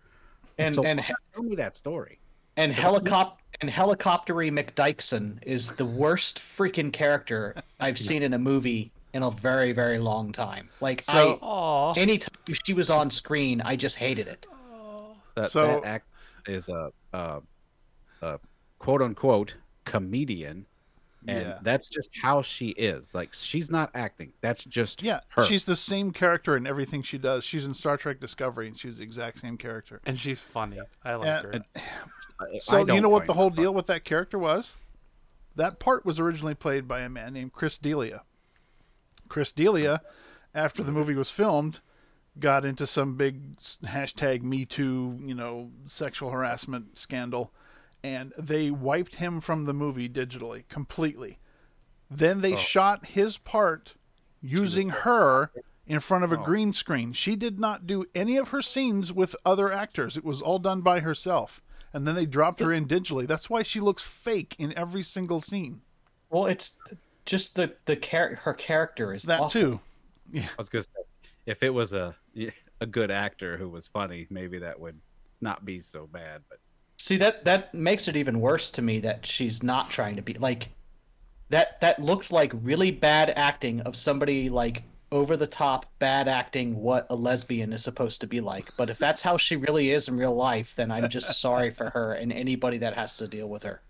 Speaker 6: and
Speaker 2: So-
Speaker 6: and
Speaker 2: Tell me that story.
Speaker 6: and helicopter and helicoptery McDykeson is the worst freaking character I've seen in a movie in a very very long time like I
Speaker 5: Aw.
Speaker 6: Anytime she was on screen, I just hated it.
Speaker 2: That,
Speaker 1: So-
Speaker 2: that act is a, a, a quote unquote comedian. And
Speaker 1: Yeah.
Speaker 2: that's just how she is. Like she's not acting. That's just
Speaker 1: Yeah,
Speaker 2: her.
Speaker 1: she's the same character in everything she does. She's in Star Trek Discovery, and she was the exact same character.
Speaker 5: And she's funny. I like
Speaker 1: And-
Speaker 5: her.
Speaker 1: and-
Speaker 2: I-
Speaker 1: So
Speaker 2: I
Speaker 1: you
Speaker 2: don't
Speaker 1: know what
Speaker 2: find
Speaker 1: the
Speaker 2: her
Speaker 1: whole
Speaker 2: fun.
Speaker 1: deal with that character was? That part was originally played by a man named Chris Delia. Chris Delia, after the movie was filmed, got into some big s- hashtag Me Too, you know, sexual harassment scandal, and they wiped him from the movie digitally completely. Then
Speaker 2: Oh.
Speaker 1: they shot his part using her in front
Speaker 6: Oh.
Speaker 1: of a green screen. She did not do any of her scenes with other actors. It was all done by herself. And then they dropped her in digitally. That's why she looks fake in every single scene.
Speaker 6: Well, it's just the the char- her character is
Speaker 1: That
Speaker 6: awful.
Speaker 1: too.
Speaker 2: I was gonna say if it was a a good actor who was funny, maybe that would not be so bad. But
Speaker 6: See that that makes it even worse to me that she's not trying to be like that. That looked like really bad acting of somebody like over the top bad acting what a lesbian is supposed to be like. But if that's how she really is in real life, then I'm just sorry for her and anybody that has to deal with her.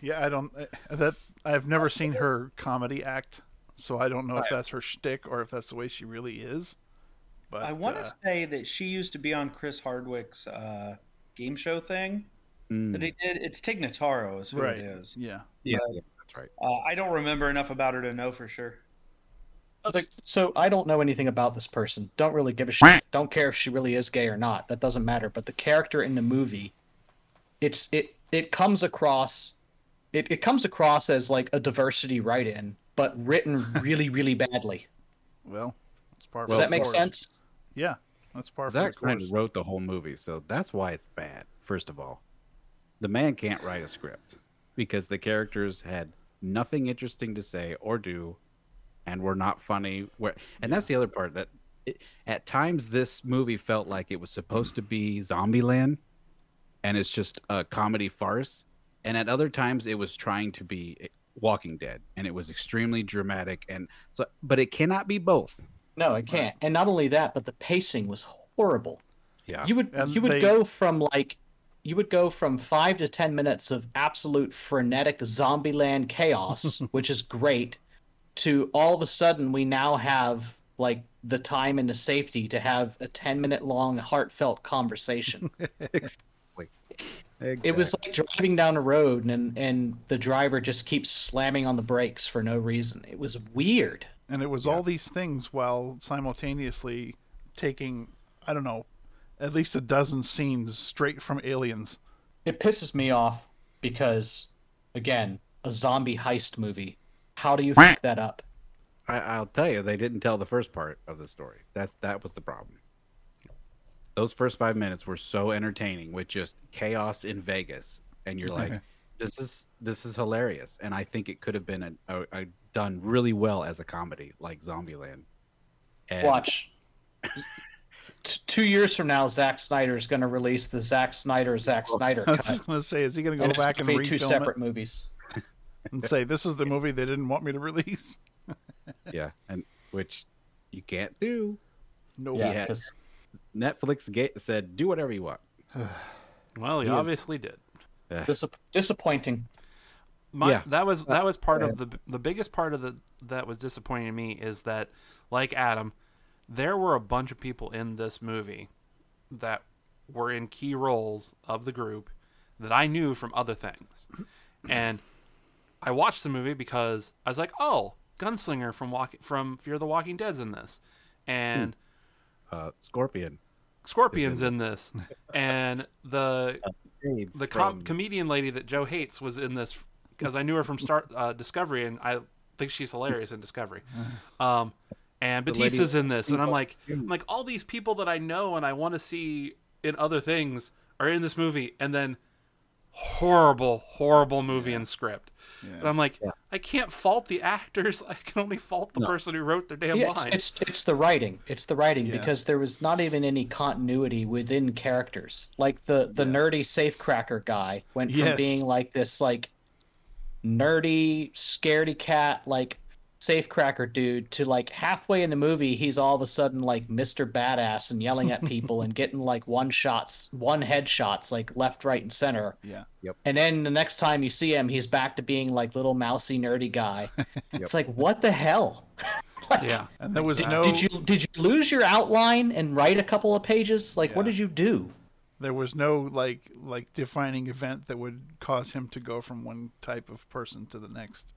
Speaker 1: Yeah, I don't uh, that I've never seen her comedy act, so I don't know if that's her shtick or if that's the way she really is. But
Speaker 3: I want to
Speaker 1: uh,
Speaker 3: say that she used to be on Chris Hardwick's uh, game show thing that he did. It's Tignataro is who
Speaker 1: right.
Speaker 3: it is.
Speaker 1: Yeah.
Speaker 2: yeah, that's right.
Speaker 3: Uh, I don't remember enough about her to know for sure.
Speaker 6: Like, so I don't know anything about this person. Don't really give a shit. Don't care if she really is gay or not. That doesn't matter. But the character in the movie, it's it it comes across, it it comes across as like a diversity write-in, but written really really badly.
Speaker 1: Well, that's part
Speaker 6: Does
Speaker 1: of
Speaker 6: that
Speaker 1: the
Speaker 6: make
Speaker 1: course.
Speaker 6: sense?
Speaker 1: Yeah. That's part of the
Speaker 2: Zach
Speaker 1: course.
Speaker 2: Snyder wrote the whole movie, so that's why it's bad. First of all, the man can't write a script because the characters had nothing interesting to say or do, and were not funny. Where and that's the other part that it, at times this movie felt like it was supposed to be Zombieland, and it's just a comedy farce. And at other times, it was trying to be Walking Dead, and it was extremely dramatic. And so, but it cannot be both.
Speaker 6: No, it can't. And not only that, but the pacing was horrible.
Speaker 2: Yeah,
Speaker 6: You would
Speaker 1: And
Speaker 6: you would
Speaker 1: they-
Speaker 6: go from like you would go from five to ten minutes of absolute frenetic zombie land chaos, which is great, to all of a sudden we now have like the time and the safety to have a 10 minute long heartfelt conversation. It was like driving down a road and and the driver just keeps slamming on the brakes for no reason. It was weird.
Speaker 1: And it was all these things while simultaneously taking, I don't know, at least a dozen scenes straight from Aliens.
Speaker 6: It pisses me off because again, a zombie heist movie. How do you fuck that up?
Speaker 2: I, I'll tell you, they didn't tell the first part of the story. That's that was the problem. Those first five minutes were so entertaining with just chaos in Vegas, and you're like, "This is this is hilarious." And I think it could have been a, a, a done really well as a comedy, like Zombieland. And
Speaker 6: Watch. T- two years from now, Zack Snyder is going to release the Zack Snyder Zack Snyder
Speaker 1: I was
Speaker 6: cut,
Speaker 1: just gonna say, is he gonna go
Speaker 6: and it's
Speaker 1: back
Speaker 6: going
Speaker 1: and
Speaker 6: to be two
Speaker 1: refilm
Speaker 6: separate movies.
Speaker 1: it and say this is the movie they didn't want me to release?
Speaker 2: yeah, and which you can't do.
Speaker 1: No,
Speaker 6: Yeah,
Speaker 2: Yeah.
Speaker 6: 'cause
Speaker 2: Netflix ga- said, "Do whatever you want."
Speaker 5: Well, he
Speaker 2: He is-
Speaker 5: obviously did.
Speaker 6: disap- disappointing.
Speaker 5: My,
Speaker 2: Yeah.
Speaker 5: that was that was part of the the biggest part of the that was disappointing to me is that like Adam, there were a bunch of people in this movie that were in key roles of the group that I knew from other things. And I watched the movie because I was like, "Oh, Gunslinger from Walk- from Fear the Walking Dead's in this." And
Speaker 2: Uh, Scorpion.
Speaker 5: Scorpion's in this. and the
Speaker 2: Shades
Speaker 5: the com-
Speaker 2: from-
Speaker 5: comedian lady that Joe hates was in this because I knew her from Star uh, Discovery, and I think she's hilarious in Discovery. Um, and
Speaker 2: lady
Speaker 5: Batista's in this, and I'm like, I'm like all these people that I know and I want to see in other things are in this movie, and then horrible, horrible movie and script. And I'm like, I can't fault the actors. I can only fault the person who wrote their damn
Speaker 6: Yeah, it's,
Speaker 5: lines.
Speaker 6: it's it's the writing. It's the writing
Speaker 1: Yeah.
Speaker 6: because there was not even any continuity within characters. Like the the nerdy safecracker guy went from
Speaker 1: Yes.
Speaker 6: being like this like nerdy scaredy cat like safecracker dude to like halfway in the movie he's all of a sudden like Mr. Badass and yelling at people and getting like one shots, one headshots like left, right, and center.
Speaker 1: yeah,
Speaker 6: And then the next time you see him, he's back to being like little mousy nerdy guy. It's like what the hell.
Speaker 5: yeah,
Speaker 1: and there was no
Speaker 6: Did you did you lose your outline and write a couple of pages? Like, what did you do?
Speaker 1: there was no like like defining event that would cause him to go from one type of person to the next.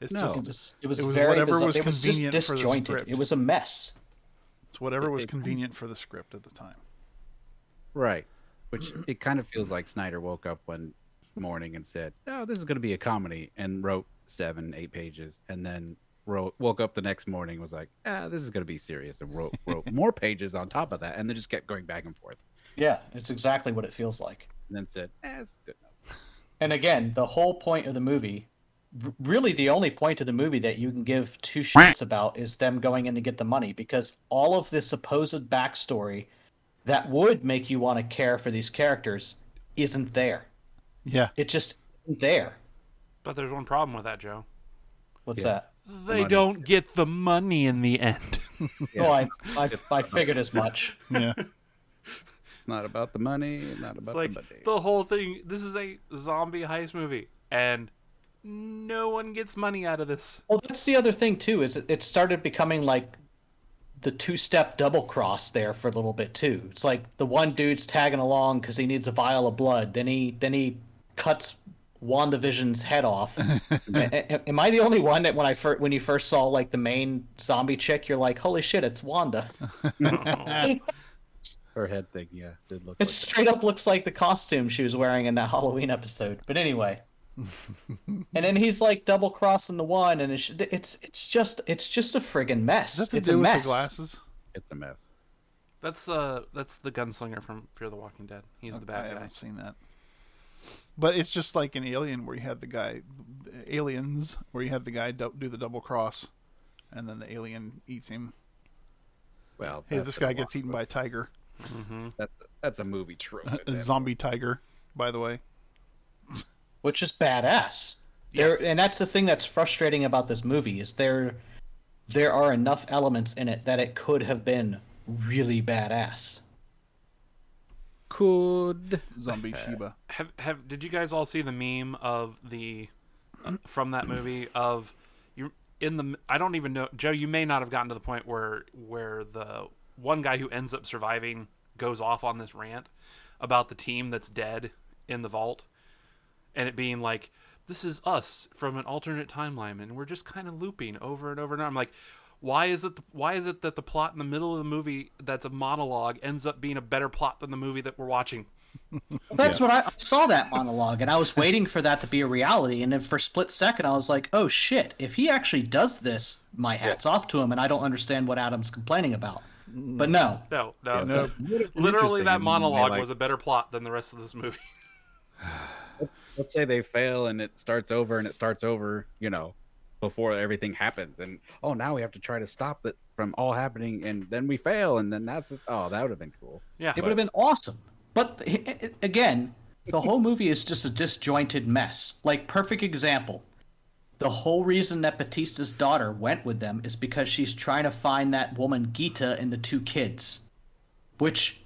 Speaker 1: It's
Speaker 2: No.
Speaker 1: just
Speaker 6: It was, it was,
Speaker 1: It was
Speaker 6: very
Speaker 1: whatever
Speaker 6: bizarre.
Speaker 1: was
Speaker 6: it was just
Speaker 1: convenient for the
Speaker 6: disjointed.
Speaker 1: script.
Speaker 6: It was a mess.
Speaker 1: it's whatever was convenient for the script at the time.
Speaker 2: Right. Which it kind of feels like Snyder woke up one morning and said, "Oh, this is going to be a comedy," and wrote seven, eight pages, and then wrote woke up the next morning and was like, "Ah, this is going to be serious," and wrote wrote more pages on top of that, and then just kept going back and forth,
Speaker 6: Yeah, it's exactly what it feels like.
Speaker 2: and then said, eh, "It's good enough."
Speaker 6: And again, the whole point of the movie, r- really the only point of the movie that you can give two shits about is them going in to get the money because all of this supposed backstory that would make you want to care for these characters isn't there.
Speaker 1: Yeah,
Speaker 6: It just isn't there.
Speaker 5: but there's one problem with that, Joe.
Speaker 6: What's
Speaker 2: Yeah.
Speaker 6: that?
Speaker 5: They don't get the money in the end.
Speaker 6: Oh, I, I, I figured as much.
Speaker 1: yeah.
Speaker 2: It's not about the money, not
Speaker 5: It's
Speaker 2: about
Speaker 5: like
Speaker 2: the money.
Speaker 5: the whole thing. This is a zombie heist movie, and no one gets money out of this.
Speaker 6: Well, that's the other thing too. Is it, it started becoming like the two-step double cross there for a little bit too. It's like the one dude's tagging along because he needs a vial of blood. Then he then he cuts WandaVision's head off. A- a- am I the only one that when I first when you first saw like the main zombie chick, you're like, holy shit, it's Wanda.
Speaker 2: Her head thing, yeah, did look.
Speaker 6: It
Speaker 2: Like,
Speaker 6: straight up looks like the costume she was wearing in that Halloween episode. But anyway, and then he's like double crossing the one, and it's it's it's just it's just a friggin'
Speaker 1: Does
Speaker 6: mess.
Speaker 1: that have to
Speaker 6: it's
Speaker 1: do
Speaker 6: a
Speaker 1: with
Speaker 6: mess.
Speaker 1: the glasses?
Speaker 2: it's a mess.
Speaker 5: That's uh, that's the gunslinger from Fear the Walking Dead. He's the
Speaker 1: Oh, I
Speaker 5: bad guy.
Speaker 1: haven't seen that. But it's just like an alien where you had the guy, aliens, where you had the guy do, do the double cross, and then the alien eats him.
Speaker 2: Well,
Speaker 1: Hey,
Speaker 2: that's
Speaker 1: this
Speaker 2: a
Speaker 1: guy
Speaker 2: lot.
Speaker 1: gets eaten by a tiger,
Speaker 2: That's a, that's a movie trope. at
Speaker 1: a
Speaker 2: that
Speaker 1: zombie tiger, by the way.
Speaker 6: which is badass.
Speaker 5: Yes.
Speaker 6: There, and that's the thing that's frustrating about this movie is there, there are enough elements in it that it could have been really badass.
Speaker 2: could.
Speaker 1: Zombie Sheba.
Speaker 5: Have have did you guys all see the meme of the uh, from that movie of you? in the I don't even know Joe. You may not have gotten to the point where where the one guy who ends up surviving goes off on this rant about the team that's dead in the vault, and it being like this is us from an alternate timeline, and we're just kind of looping over and over and over. I'm like. Why is it? Why is it that the plot in the middle of the movie that's a monologue ends up being a better plot than the movie that we're watching?
Speaker 6: Well, that's what I, I saw that monologue, and I was waiting for that to be a reality. And then for a split second, I was like, "Oh shit! If he actually does this, my hats off to him." And I don't understand what Adam's complaining about. But no,
Speaker 5: No, no,
Speaker 2: Yeah.
Speaker 1: No.
Speaker 5: Literally,
Speaker 2: Interesting.
Speaker 5: that monologue
Speaker 2: Like-
Speaker 5: was a better plot than the rest of this movie.
Speaker 2: let's say they fail and it starts over and it starts over, you know, before everything happens. And oh, now we have to try to stop it from all happening. And then we fail. And then that's just, oh, that would have been cool.
Speaker 5: Yeah,
Speaker 6: it would have been awesome. But i- i- again, the whole movie is just a disjointed mess. Like perfect example, the whole reason that Batista's daughter went with them is because she's trying to find that woman Gita and the two kids, which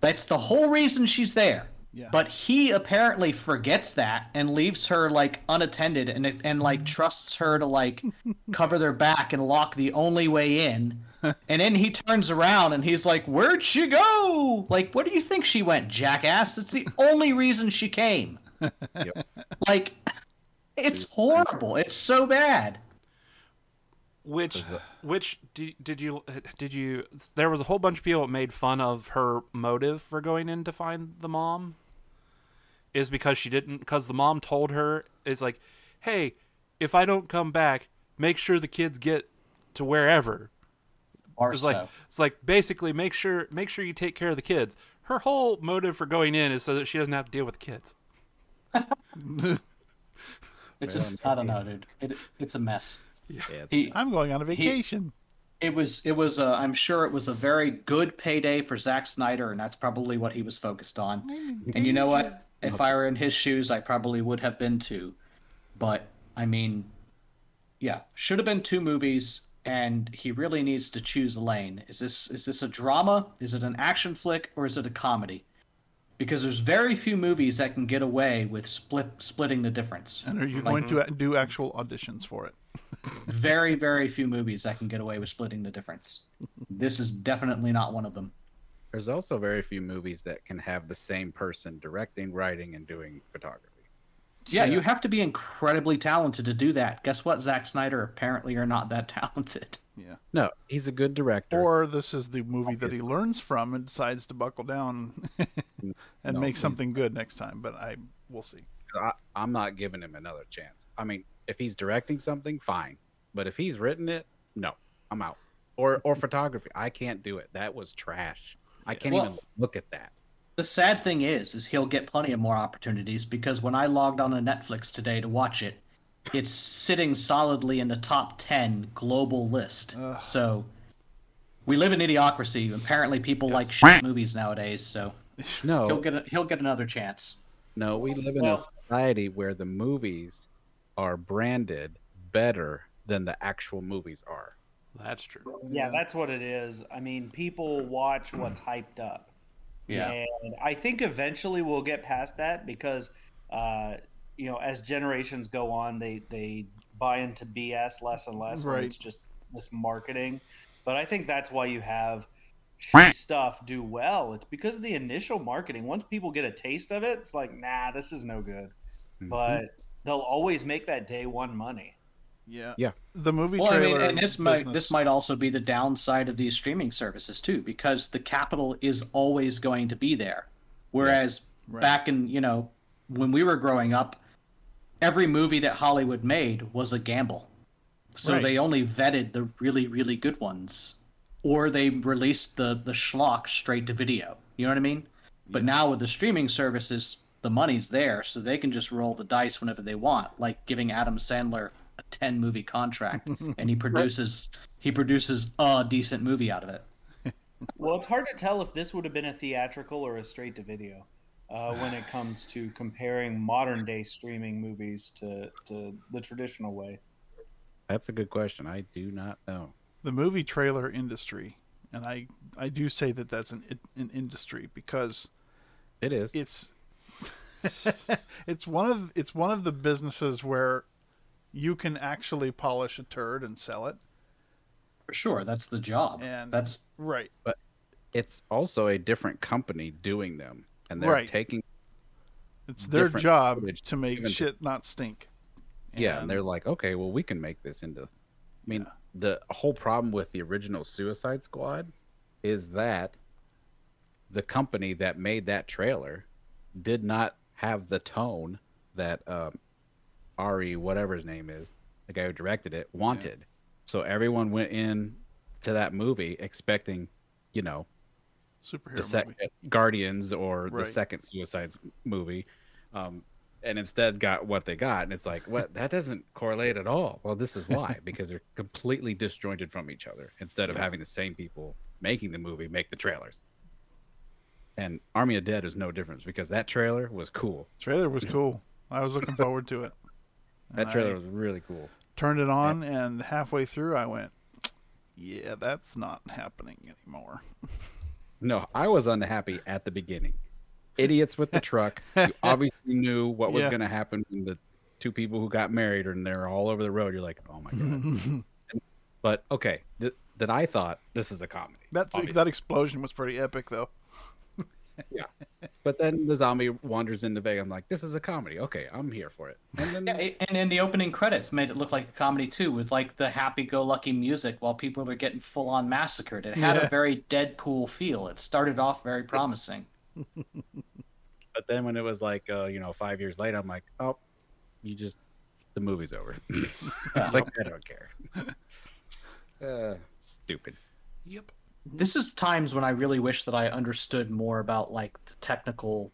Speaker 6: that's the whole reason she's there.
Speaker 1: Yeah.
Speaker 6: But he apparently forgets that and leaves her like unattended and and like trusts her to like cover their back and lock the only way in. And then he turns around and he's like, "Where'd she go? Like, what do you think she went, jackass? It's the only reason she came.
Speaker 2: Yep.
Speaker 6: Like, it's horrible. It's so bad.
Speaker 5: which which did, did you did you? There was a whole bunch of people that made fun of her motive for going in to find the mom. Is because she didn't because the mom told her is like, hey, if I don't come back, make sure the kids get to wherever.
Speaker 6: Or
Speaker 5: It's like
Speaker 6: so.
Speaker 5: it's like basically make sure make sure you take care of the kids. Her whole motive for going in is so that she doesn't have to deal with the kids.
Speaker 6: It's just, I don't know, dude. It, it's a mess.
Speaker 2: Yeah,
Speaker 6: He,
Speaker 1: I'm going on a vacation.
Speaker 6: it was, it was. A, I'm sure it was a very good payday for Zack Snyder, and that's probably what he was focused on. And you know what? If I were in his shoes, I probably would have been too. But I mean, yeah, should have been two movies, and he really needs to choose a lane. Is this is this a drama? Is it an action flick, or is it a comedy? Because there's very few movies that can get away with split splitting the difference.
Speaker 1: and are you going to do actual auditions for it?
Speaker 6: Very very few movies that can get away with splitting the difference. This is definitely not one of them.
Speaker 2: There's also very few movies that can have the same person directing, writing, and doing photography.
Speaker 6: Yeah, you have to be incredibly talented to do that. Guess what? Zack Snyder apparently are not that talented.
Speaker 1: Yeah.
Speaker 2: No, he's a good director.
Speaker 1: Or this is the movie that he learns from and decides to buckle down and
Speaker 2: No,
Speaker 1: make
Speaker 2: please.
Speaker 1: something good next time. But I we'll see.
Speaker 2: I, I'm not giving him another chance. I mean, if he's directing something, fine. But if he's written it, no, I'm out. Or or photography, I can't do it. That was trash. I can't
Speaker 6: Well-
Speaker 2: even look at that.
Speaker 6: The sad thing is, is he'll get plenty of more opportunities because when I logged on to Netflix today to watch it, it's sitting solidly in the top ten global list. So we live in idiocracy. Apparently, people like shit movies nowadays. So
Speaker 2: No,
Speaker 6: he'll get a, he'll get another chance.
Speaker 2: No, we live in a
Speaker 6: Well-
Speaker 2: society where the movies are branded better than the actual movies are.
Speaker 5: That's true.
Speaker 3: Yeah, that's what it is. I mean, people watch what's hyped up. And I think eventually we'll get past that because, uh, you know, as generations go on, they, they buy into BS less and less. when
Speaker 1: Right.
Speaker 3: It's just this marketing. But I think that's why you have shitty stuff do well. It's because of the initial marketing. Once people get a taste of it, it's like, nah, this is no good.
Speaker 2: Mm-hmm.
Speaker 3: But they'll always make that day one money.
Speaker 1: Yeah.
Speaker 2: Yeah.
Speaker 1: The movie
Speaker 6: Well, I
Speaker 1: trailer.
Speaker 6: mean, and this might
Speaker 1: business-
Speaker 6: this might also be the downside of these streaming services too, because the capital is always going to be there. Whereas
Speaker 1: Right.
Speaker 6: back in you know when we were growing up, every movie that Hollywood made was a gamble, so
Speaker 1: Right.
Speaker 6: they only vetted the really really good ones, or they released the the schlock straight to video. You know what I mean? But now with the streaming services, the money's there, so they can just roll the dice whenever they want, like giving Adam Sandler a ten movie contract, and he produces he produces a decent movie out of it.
Speaker 3: Well, it's hard to tell if this would have been a theatrical or a straight to video uh, when it comes to comparing modern day streaming movies to, to the traditional way.
Speaker 2: That's a good question. I do not know.
Speaker 1: the movie trailer industry, and I I do say that that's an an industry because
Speaker 2: It is.
Speaker 1: it's it's one of it's one of the businesses where you can actually polish a turd and sell it.
Speaker 6: For sure, that's the job.
Speaker 1: And
Speaker 6: that's
Speaker 1: right.
Speaker 2: It's also a different company doing them, and they're
Speaker 1: Right.
Speaker 2: taking
Speaker 1: It's their
Speaker 2: different
Speaker 1: job
Speaker 2: footage,
Speaker 1: to make
Speaker 2: even-
Speaker 1: shit not stink.
Speaker 2: yeah, and they're like, okay, well, we can make this into. I mean, the whole problem with the original Suicide Squad is that the company that made that trailer did not have the tone that um, Ari, whatever his name is, the guy who directed it, wanted. So everyone went in to that movie expecting, you know,
Speaker 1: superhero
Speaker 2: the second
Speaker 1: movie.
Speaker 2: Guardians or
Speaker 1: Right.
Speaker 2: the second Suicide movie, um, and instead got what they got. And it's like, what? That doesn't correlate at all. Well, this is why because they're completely disjointed from each other. Instead of having the same people making the movie make the trailers, and Army of Dead is no difference because that trailer was cool.
Speaker 1: Trailer was cool. I was looking forward to it.
Speaker 2: That
Speaker 1: And
Speaker 2: trailer
Speaker 1: I
Speaker 2: was really cool.
Speaker 1: turned it on, and halfway through, I went, "Yeah, that's not happening anymore."
Speaker 2: No, I was unhappy at the beginning. Idiots with the truck. You obviously knew what was
Speaker 1: Yeah.
Speaker 2: going to happen when the two people who got married and they're all over the road. You're like, oh my god. but okay, th- that I thought this is a comedy.
Speaker 1: That's
Speaker 2: obviously.
Speaker 1: that explosion was pretty epic, though.
Speaker 2: But then the zombie wanders into Vegas. I'm like, this is a comedy. Okay, I'm here for it. And then
Speaker 6: Yeah, it- and in the opening credits, made it look like a comedy too, with like the happy-go-lucky music while people are getting full-on massacred. It had
Speaker 1: Yeah.
Speaker 6: a very Deadpool feel. It started off very promising.
Speaker 2: but then when it was like, uh, you know, five years later, I'm like, oh, you just the movie's over. like I don't care. uh, stupid.
Speaker 5: Yep.
Speaker 6: This is times when I really wish that I understood more about like the technical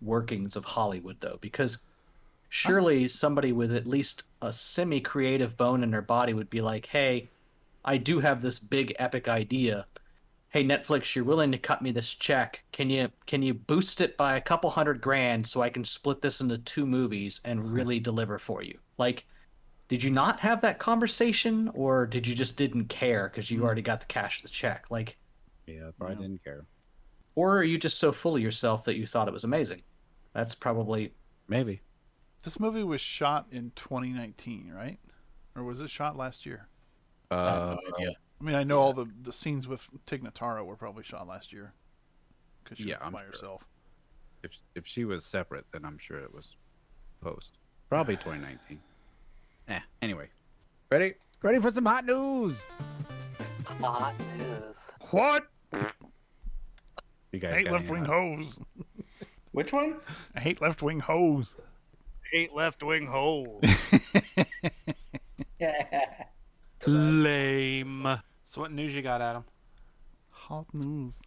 Speaker 6: workings of Hollywood, though, because surely somebody with at least a semi-creative bone in their body would be like, "Hey, I do have this big epic idea. Hey Netflix, you're willing to cut me this check. Can you can you boost it by a couple hundred grand so I can split this into two movies and really deliver for you?" Like did you not have that conversation or did you just didn't care cuz you already got the cash the check? Like
Speaker 2: Yeah, I didn't care.
Speaker 6: or are you just so full of yourself that you thought it was amazing? That's probably
Speaker 2: Maybe.
Speaker 1: This movie was shot in 2019, right? Or was it shot last year?
Speaker 2: Uh,
Speaker 1: I mean, I know all the, the scenes with Tignataro were probably shot last year because she
Speaker 2: Yeah,
Speaker 1: was
Speaker 2: I'm
Speaker 1: by
Speaker 2: sure.
Speaker 1: herself.
Speaker 2: if if she was separate, then I'm sure it was post. Probably 2019. Eh. Anyway, ready? Ready for some hot news?
Speaker 8: Hot news.
Speaker 1: What?
Speaker 2: You guys
Speaker 1: I hate
Speaker 2: got
Speaker 1: left
Speaker 2: any uh,
Speaker 1: wing
Speaker 2: hot-
Speaker 1: hoes.
Speaker 3: Which one?
Speaker 1: I hate left wing hoes.
Speaker 7: Eight left wing holes.
Speaker 5: Lame. So what news you got, Adam?
Speaker 1: Hot news.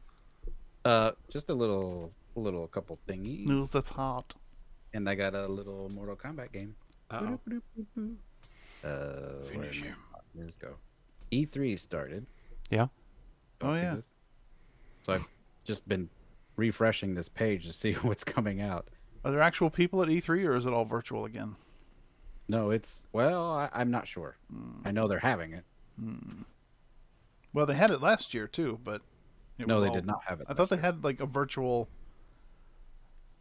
Speaker 2: Uh, just a little, little couple thingies,
Speaker 1: News that's hot.
Speaker 2: and I got a little Mortal Kombat game.
Speaker 5: Uh-oh.
Speaker 2: Uh, where
Speaker 1: Finish
Speaker 2: am I?
Speaker 1: him.
Speaker 2: Let's go. E3 started.
Speaker 5: Yeah.
Speaker 2: Y'all
Speaker 1: Oh,
Speaker 2: see
Speaker 1: yeah.
Speaker 2: this? So I've just been refreshing this page to see what's coming out.
Speaker 1: Are there actual people at E3 or is it all virtual again?
Speaker 2: No, it's well, I, I'm not sure.
Speaker 1: Hmm.
Speaker 2: I know they're having it.
Speaker 1: Well, they had it last year too, but it
Speaker 2: No,
Speaker 1: was
Speaker 2: they
Speaker 1: all-
Speaker 2: did not have it.
Speaker 1: I thought
Speaker 2: last
Speaker 1: they
Speaker 2: year.
Speaker 1: had like a virtual.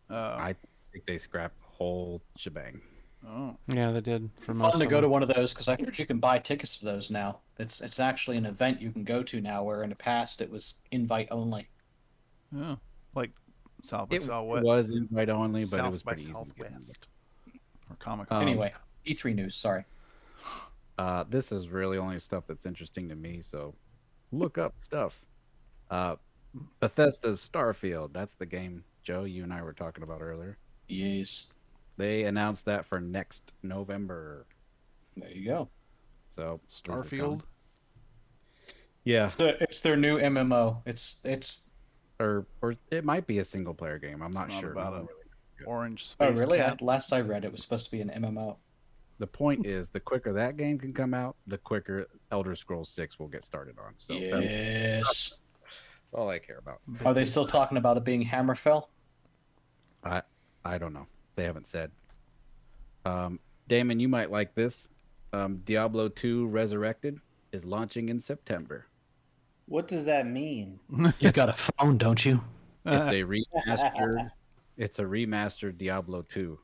Speaker 2: I think they scrapped the whole shebang.
Speaker 1: Oh,
Speaker 5: Yeah, they did. For
Speaker 6: fun to go to one of those because I heard you can buy tickets to those now. It's it's actually an event you can go to now, where in the past it was invite only.
Speaker 1: yeah, like South by
Speaker 2: It
Speaker 1: Southwest.
Speaker 2: was invite only, but
Speaker 1: South
Speaker 2: it was
Speaker 1: by
Speaker 2: pretty easy to get into.
Speaker 1: Southwest. Or Comic
Speaker 2: Um,
Speaker 1: Con.
Speaker 6: anyway, E3 news. Sorry.
Speaker 2: Uh, this is really only stuff that's interesting to me, so look up stuff. Uh, Bethesda's Starfield. That's the game, Joe. You and I were talking about earlier.
Speaker 6: Yes.
Speaker 2: They announced that for next November.
Speaker 6: There you go.
Speaker 2: So this is coming.
Speaker 1: Starfield.
Speaker 2: Yeah,
Speaker 6: The- It's their new MMO. It's it's.
Speaker 2: or or it might be a single player game. I'm not,
Speaker 1: not
Speaker 2: sure.
Speaker 1: about
Speaker 2: No one
Speaker 1: it.
Speaker 2: really-
Speaker 1: Orange
Speaker 6: Oh
Speaker 1: Space
Speaker 6: really? I,
Speaker 1: Cat.
Speaker 6: last I read, it was supposed to be an MMO.
Speaker 2: The point is, the quicker that game can come out, the quicker Elder Scrolls Six will get started on. So that's
Speaker 6: yes.
Speaker 2: That's all I care about.
Speaker 6: um, Are they still talking about it being Hammerfell?
Speaker 2: I I don't know. They haven't said. Um, Damon, you might like this. Um, Diablo 2 Resurrected is launching in September.
Speaker 3: What does that mean?
Speaker 6: You've got a phone, don't you?
Speaker 2: It's a remastered. it's a remastered Diablo 2.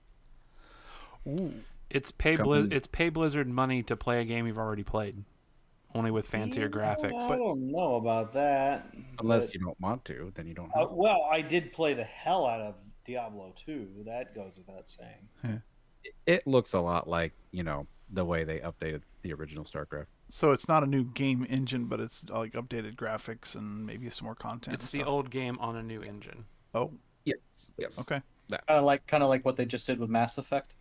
Speaker 5: It's pay
Speaker 2: Company.
Speaker 5: Blizz, it's pay Blizzard money to play a game you've already played, only with fancier graphics.
Speaker 3: I don't know about that.
Speaker 2: Unless
Speaker 3: but-
Speaker 2: you don't want to, then you don't
Speaker 3: Uh,
Speaker 2: have.
Speaker 3: well, I did play the hell out of Diablo 2. That goes without saying.
Speaker 2: it. It looks a lot like you know the way they updated the original StarCraft.
Speaker 1: So it's not a new game engine, but it's uh, like updated graphics and maybe some more content.
Speaker 5: it's
Speaker 1: and
Speaker 5: the
Speaker 1: stuff.
Speaker 5: old game on a new engine.
Speaker 1: Oh,
Speaker 2: Yes. Yes.
Speaker 1: okay.
Speaker 6: Kind of like kind of like what they just did with Mass Effect.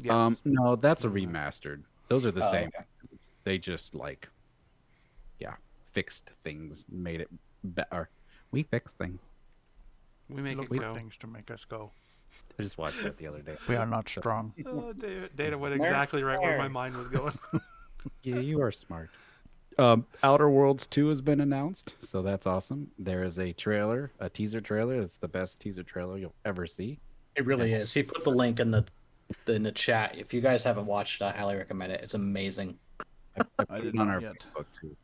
Speaker 5: Yes.
Speaker 2: Um, no, that's a remastered. Those are the
Speaker 6: Oh,
Speaker 2: same. They just like, yeah, fixed things, made it better. We fixed things.
Speaker 5: we make it
Speaker 1: Look for
Speaker 5: go.
Speaker 1: things to make us go.
Speaker 2: I just watched that the other day.
Speaker 1: We are not strong.
Speaker 5: Oh, Data, Data went
Speaker 3: Nerd's
Speaker 5: exactly right where my
Speaker 3: tired.
Speaker 5: mind was going.
Speaker 2: Yeah, you are smart. Um, Outer Worlds 2 has been announced, so that's awesome. There is a trailer, a teaser trailer. It's the best teaser trailer you'll ever see.
Speaker 6: It really is. He put the link in the in the chat. If you guys haven't watched it, I highly recommend it. It's amazing.
Speaker 2: I, I put
Speaker 1: I
Speaker 2: it
Speaker 1: did
Speaker 2: on
Speaker 1: not
Speaker 2: our
Speaker 1: yet.
Speaker 2: Facebook too.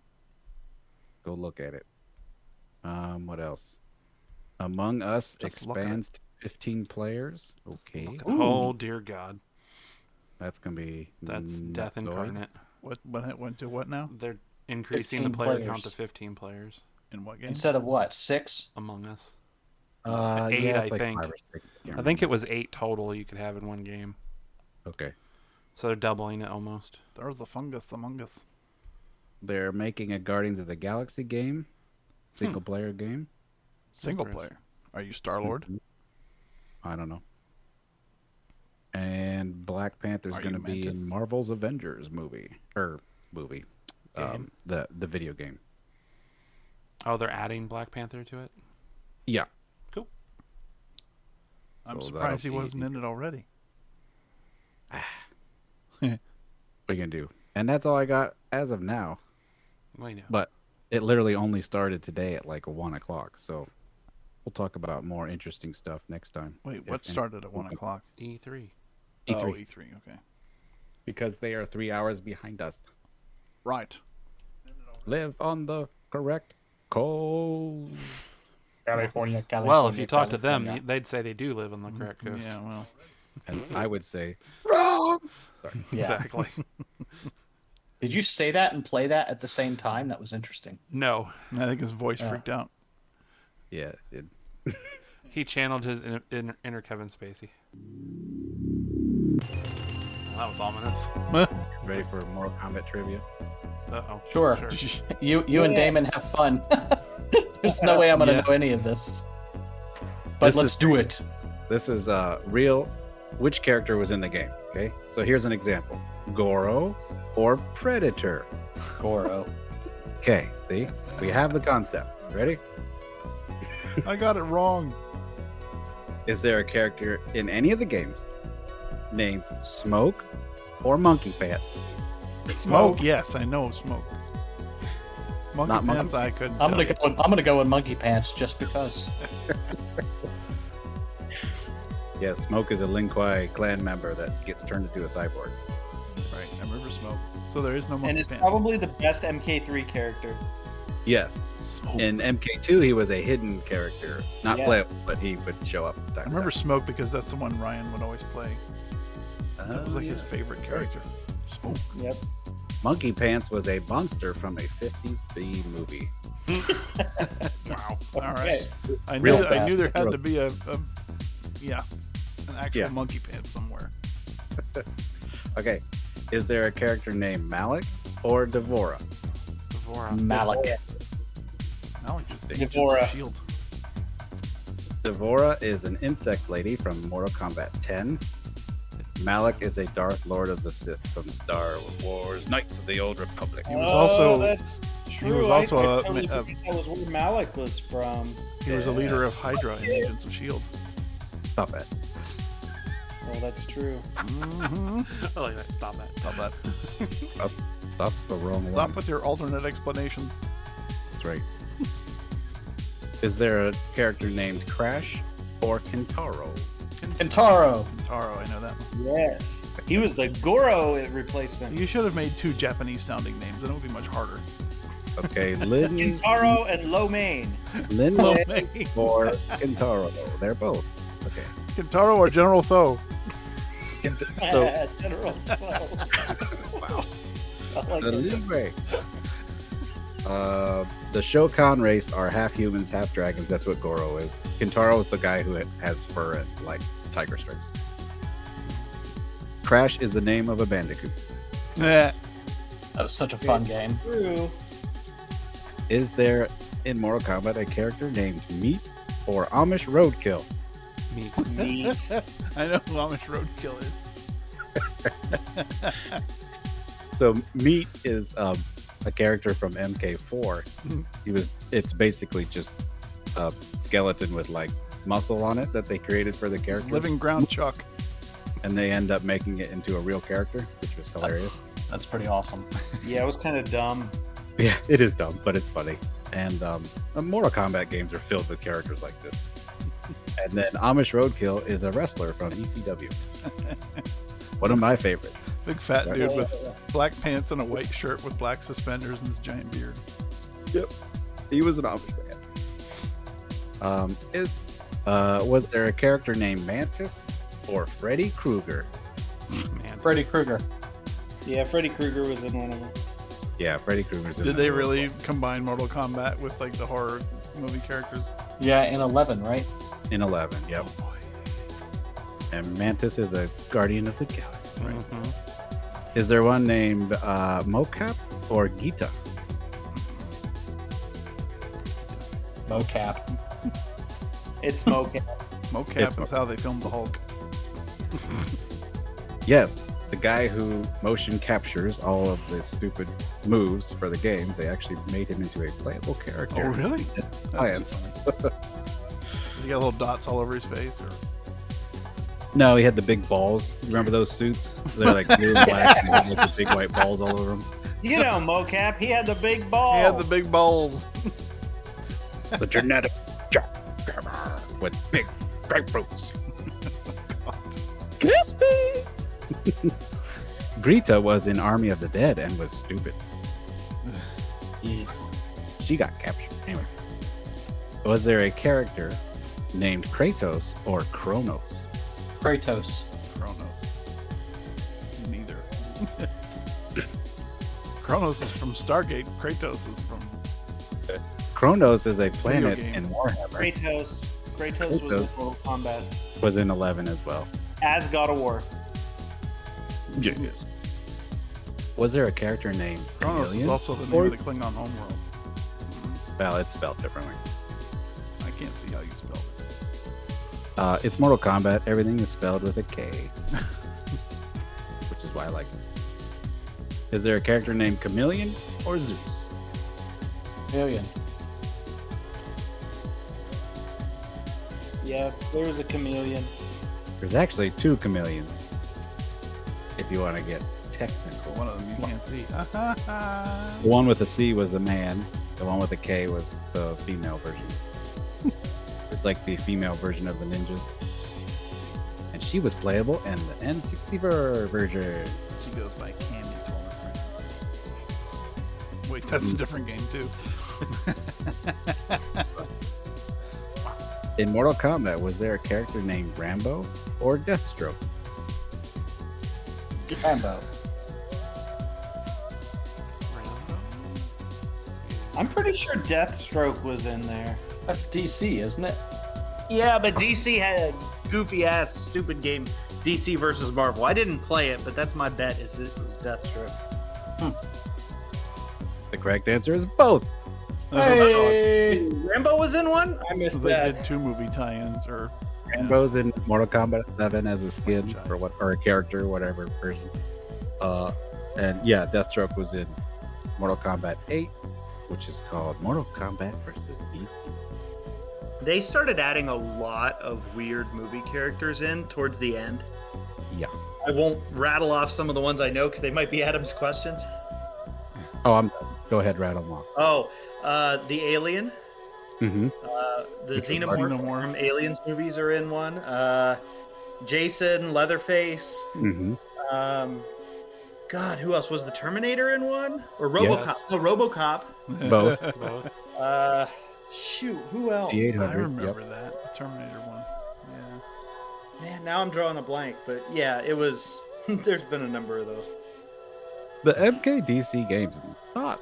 Speaker 2: Go look at it. Um, what else? Among Us
Speaker 1: Just look at it.
Speaker 2: expands to 15 players. Okay,
Speaker 5: Oh dear God,
Speaker 2: that's gonna be
Speaker 5: Mm, that's death
Speaker 2: nuts, boy.
Speaker 5: incarnate.
Speaker 1: What what went to what now?
Speaker 5: They're increasing the
Speaker 6: 15
Speaker 5: player count
Speaker 6: players.
Speaker 5: to 15 players
Speaker 1: In what game?
Speaker 6: Instead of what six?
Speaker 5: among us.
Speaker 2: Uh,
Speaker 5: Eight,
Speaker 2: yeah, it's
Speaker 5: I
Speaker 2: like
Speaker 5: think.
Speaker 2: five or six.
Speaker 5: I think it was eight total you could have in one game.
Speaker 2: Okay,
Speaker 5: So they're doubling it almost.
Speaker 1: There's the fungus among us.
Speaker 2: they're making a Guardians of the Galaxy game, single
Speaker 5: Hmm.
Speaker 2: player game.
Speaker 1: Single
Speaker 5: Interesting.
Speaker 1: player. Are you Star Lord?
Speaker 2: Mm-hmm. I don't know. And Black Panther's
Speaker 1: Are you
Speaker 2: going to be in
Speaker 1: Mantis?
Speaker 2: Marvel's Avengers movie or movie, um,
Speaker 5: Game.
Speaker 2: the the video game.
Speaker 5: Oh, they're adding Black Panther to it.
Speaker 2: Yeah,
Speaker 1: I'm
Speaker 2: So
Speaker 1: surprised he
Speaker 2: that'll be-
Speaker 1: wasn't in it already.
Speaker 2: we can do. And that's all I got as of now.
Speaker 5: Well, you know.
Speaker 2: But it literally only started today at like one o'clock. So we'll talk about more interesting stuff next time.
Speaker 1: Wait,
Speaker 2: If
Speaker 1: what
Speaker 2: any- E
Speaker 1: started at one o'clock?
Speaker 5: E3.
Speaker 2: E3.
Speaker 1: Oh, E3. Okay.
Speaker 2: Because they are three hours behind us.
Speaker 1: Right.
Speaker 2: Live on the correct coast.
Speaker 6: California, California.
Speaker 5: Well, if you talk to them, you- they'd say they do live on the correct coast.
Speaker 1: Yeah. Well.
Speaker 2: And I would say
Speaker 6: yeah.
Speaker 5: Exactly.
Speaker 6: Did you say that and play that at the same time? That was interesting.
Speaker 5: no,
Speaker 1: I think his voice
Speaker 6: Uh.
Speaker 1: freaked out.
Speaker 2: Yeah, it,
Speaker 5: he channeled his inner, inner, inner Kevin Spacey. Well, that was ominous.
Speaker 2: ready for Mortal Kombat trivia?
Speaker 5: Uh oh.
Speaker 6: Sure. You you and Damon have fun. There's no way I'm gonna
Speaker 1: Yeah.
Speaker 6: know any of this. But
Speaker 2: This
Speaker 6: let's
Speaker 2: is-
Speaker 6: do it.
Speaker 2: This is uh, real. Which character was in the game? Okay, so here's an example: Goro or Predator.
Speaker 6: Goro.
Speaker 2: Okay, see, we have the concept. Ready?
Speaker 1: I got it wrong.
Speaker 2: Is there a character in any of the games named Smoke or Monkey Pants?
Speaker 1: Smoke. Yes, I know smoke. Monkey
Speaker 2: Not
Speaker 1: pants. I couldn't. tell
Speaker 6: I'm gonna go.
Speaker 1: you.
Speaker 6: With, I'm gonna go with monkey pants just because.
Speaker 2: Yeah, Smoke is a Lin Kuei clan member that gets turned into a cyborg.
Speaker 1: Right. I remember smoke. So there is no monkey
Speaker 3: and it's
Speaker 1: pants.
Speaker 3: probably the best MK3 character.
Speaker 2: Yes.
Speaker 1: smoke.
Speaker 2: In MK2, he was a hidden character, not
Speaker 3: Yes.
Speaker 2: playable, but he would show up.
Speaker 1: I remember smoke because that's the one Ryan would always play. That was like his favorite character. Smoke.
Speaker 3: Yep.
Speaker 2: Oh, Monkey Pants was a monster from a 50s B movie.
Speaker 1: Wow. All
Speaker 3: Okay.
Speaker 1: right. I knew.
Speaker 2: Real
Speaker 1: I
Speaker 6: fast.
Speaker 1: knew there had
Speaker 2: Real-
Speaker 1: to be a, a yeah, an actual
Speaker 2: Yeah.
Speaker 1: monkey pants somewhere.
Speaker 2: Okay, is there a character named Malik or Devora?
Speaker 5: Devora.
Speaker 6: Malik.
Speaker 1: Malik is Agents of
Speaker 3: Deborah.
Speaker 1: Shield.
Speaker 2: Devora is an insect lady from Mortal Kombat 10. Malik is a Darth Lord of the Sith from Star Wars Knights of the Old Republic.
Speaker 1: He was also-
Speaker 3: Oh, that's true.
Speaker 1: was
Speaker 3: I-
Speaker 1: also
Speaker 3: I
Speaker 1: a-
Speaker 3: totally
Speaker 1: a-
Speaker 3: forgot that was where Malik was from.
Speaker 1: He was a leader of Hydra in Agents of Shield.
Speaker 2: Stop it.
Speaker 3: Oh, that's true.
Speaker 1: Mm-hmm.
Speaker 5: I like that. Stop that.
Speaker 1: Stop that.
Speaker 2: That's the wrong
Speaker 1: Stop
Speaker 2: one.
Speaker 1: with your alternate explanations.
Speaker 2: That's right. Is there a character named Crash or Kentaro?
Speaker 6: Kentaro.
Speaker 1: Taro, I know that. one.
Speaker 3: Yes. He was the Goro replacement.
Speaker 1: You should have made two Japanese-sounding names, and it would be much harder.
Speaker 2: Okay, Lin,
Speaker 3: Kintaro and Lomain.
Speaker 2: Lin
Speaker 1: Well,
Speaker 2: Wei
Speaker 1: maybe.
Speaker 2: or Kentaro. They're both. Okay.
Speaker 1: Kentaro or General So.
Speaker 3: him to
Speaker 2: So-
Speaker 3: General Tso. I like
Speaker 2: The
Speaker 3: that.
Speaker 2: Libre. Uh, the Shokan race are half humans, half dragons. That's what Goro is. Kintaro is the guy who has fur and like tiger stripes. Crash is the name of a bandicoot.
Speaker 1: Yeah.
Speaker 6: That was such a fun game.
Speaker 3: True.
Speaker 2: Is there in Mortal Kombat a character named Meat or Amish Roadkill?
Speaker 5: Meat.
Speaker 3: Neat.
Speaker 1: I know who Amish Roadkill is.
Speaker 2: So Meat is um, a character from MK4.
Speaker 1: Mhm.
Speaker 2: He was. It's basically just a skeleton with like muscle on it that they created for the
Speaker 1: He's
Speaker 2: character.
Speaker 1: Living ground chuck.
Speaker 2: and they end up making it into a real character, which was hilarious.
Speaker 6: That's pretty awesome.
Speaker 3: Yeah, it was kind of dumb.
Speaker 2: yeah, it is dumb, but it's funny. And um, uh, Mortal Kombat games are filled with characters like this. and then Amish Roadkill is a wrestler from ECW. One of my favorites.
Speaker 1: Big fat
Speaker 2: Right.
Speaker 1: dude with black pants and a white shirt with black suspenders and this giant beard.
Speaker 2: He was an Amish man. Um, is, uh, was there a character named Mantis or Freddy Krueger?
Speaker 5: Man.
Speaker 6: Freddy Krueger.
Speaker 3: Yeah, Freddy Krueger was in one of them.
Speaker 2: Yeah, Freddy Krueger's. in
Speaker 1: Did
Speaker 2: that
Speaker 1: they
Speaker 2: one as
Speaker 1: really
Speaker 2: well.
Speaker 1: combine Mortal Kombat with like the horror movie characters?
Speaker 6: Yeah, in 11, right?
Speaker 2: In eleven, yep.
Speaker 1: Oh,
Speaker 2: And Mantis is a guardian of the galaxy.
Speaker 5: Mhm.
Speaker 1: Mm-hmm.
Speaker 2: Is there one named uh, Mocap or Gita?
Speaker 6: Mocap.
Speaker 3: It's mocap.
Speaker 1: Mocap is how they filmed the Hulk.
Speaker 2: Yes, the guy who motion captures all of the stupid moves for the games. They actually made him into a playable character.
Speaker 1: Oh, really?
Speaker 2: Plants.
Speaker 1: He got little dots all over his face. Or...
Speaker 2: No, he had the big balls. Remember those suits? They're like blue and black, and they had like the big white balls all over them.
Speaker 3: you know, mocap. He had the big balls.
Speaker 1: He had the big balls.
Speaker 2: The genetic jar- jar- with big grapefruits. Greta was in Army of the Dead and was stupid.
Speaker 6: Yes.
Speaker 2: she got captured. Anyway, was there a character named Kratos or Kronos?
Speaker 6: Kratos.
Speaker 1: Chronos. Neither. Chronos is from Stargate. Kratos is from.
Speaker 2: Kronos is a planet
Speaker 1: game.
Speaker 2: in Warhammer.
Speaker 3: Kratos. Kratos was in
Speaker 2: Kratos.
Speaker 3: Mortal Kombat.
Speaker 2: Was in Eleven as well.
Speaker 3: As God of War.
Speaker 2: Was there a character named
Speaker 1: Chronos is
Speaker 2: Chameleon?
Speaker 1: also the name
Speaker 2: Or-
Speaker 1: of the Klingon homeworld.
Speaker 2: Well, it's spelled differently.
Speaker 1: I can't see how you spell it.
Speaker 2: Uh, it's Mortal Kombat. Everything is spelled with a K, which is why I like it. Is there a character named Chameleon or Zeus?
Speaker 6: Million.
Speaker 3: Yeah, there was a chameleon.
Speaker 2: There's actually two chameleons. If you want to get technical.
Speaker 1: One of them you can't see.
Speaker 2: The one with the C was a man. The one with a K was the female version. it's like the female version of the ninjas. And she was playable in the N64 version.
Speaker 1: she goes by Cammy Toller. Wait, that's
Speaker 2: Mm.
Speaker 1: a different game too.
Speaker 2: In Mortal Kombat, was there a character named Rambo or Deathstroke?
Speaker 6: Rambo.
Speaker 5: Rambo?
Speaker 3: I'm pretty sure Deathstroke was in there.
Speaker 6: That's DC, isn't it?
Speaker 7: Yeah, but DC had a goofy ass, stupid game. DC versus Marvel. I didn't play it, but that's my bet. Is it was Deathstroke?
Speaker 2: The correct answer is both.
Speaker 7: Rambo was in one. I missed
Speaker 1: They
Speaker 7: that.
Speaker 1: did two movie tie-ins, or
Speaker 2: Rambo's in Mortal Kombat 11 as a skin
Speaker 1: Franchise.
Speaker 2: or what, or a character, whatever version. Uh, and yeah, Deathstroke was in Mortal Kombat 8, which is called Mortal Kombat versus DC.
Speaker 7: They started adding a lot of weird movie characters in towards the end.
Speaker 2: Yeah.
Speaker 7: I won't rattle off some of the ones I know because they might be Adam's questions.
Speaker 2: Oh, I'm done. Go ahead, rattle them off.
Speaker 7: Oh, uh, the Alien,
Speaker 2: Mm-hmm.
Speaker 7: uh, the
Speaker 1: Okay,
Speaker 7: Xenomorph,
Speaker 1: Xenomorph.
Speaker 7: from Aliens movies are in one. Uh, Jason, Leatherface.
Speaker 2: Mm-hmm.
Speaker 7: Um, God, who else was the Terminator in one? Or
Speaker 2: Yes.
Speaker 7: RoboCop? Oh, RoboCop.
Speaker 2: Both.
Speaker 5: Both.
Speaker 7: Uh, shoot, who else?
Speaker 2: The
Speaker 1: I
Speaker 2: 800,
Speaker 1: remember
Speaker 2: yep.
Speaker 1: that the Terminator one. Yeah.
Speaker 7: Man, now I'm drawing a blank, but yeah, it was. there's been a number of those.
Speaker 2: The MKDC games is not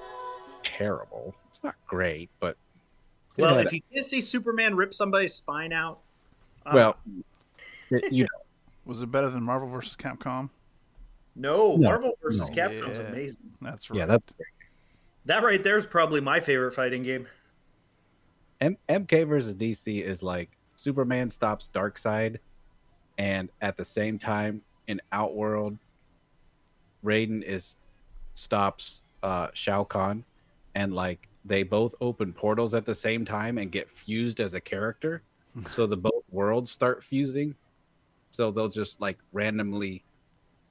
Speaker 2: terrible. It's not great, but it
Speaker 7: Well,
Speaker 2: had-
Speaker 7: if you can't see Superman rip somebody's spine out, uh,
Speaker 2: well, it- you
Speaker 1: Was it better than Marvel vs. Capcom?
Speaker 7: no,
Speaker 2: No,
Speaker 7: Marvel versus
Speaker 2: no.
Speaker 7: Capcom's
Speaker 1: Yeah.
Speaker 7: amazing.
Speaker 1: That's right.
Speaker 2: yeah, that's
Speaker 7: That right there is probably my favorite fighting game.
Speaker 2: M- MK versus DC is like Superman stops Darkseid, and at the same time in Outworld, Raiden is stops uh, Shao Kahn, and like they both open portals at the same time and get fused as a character, so the both worlds start fusing. So they'll just like randomly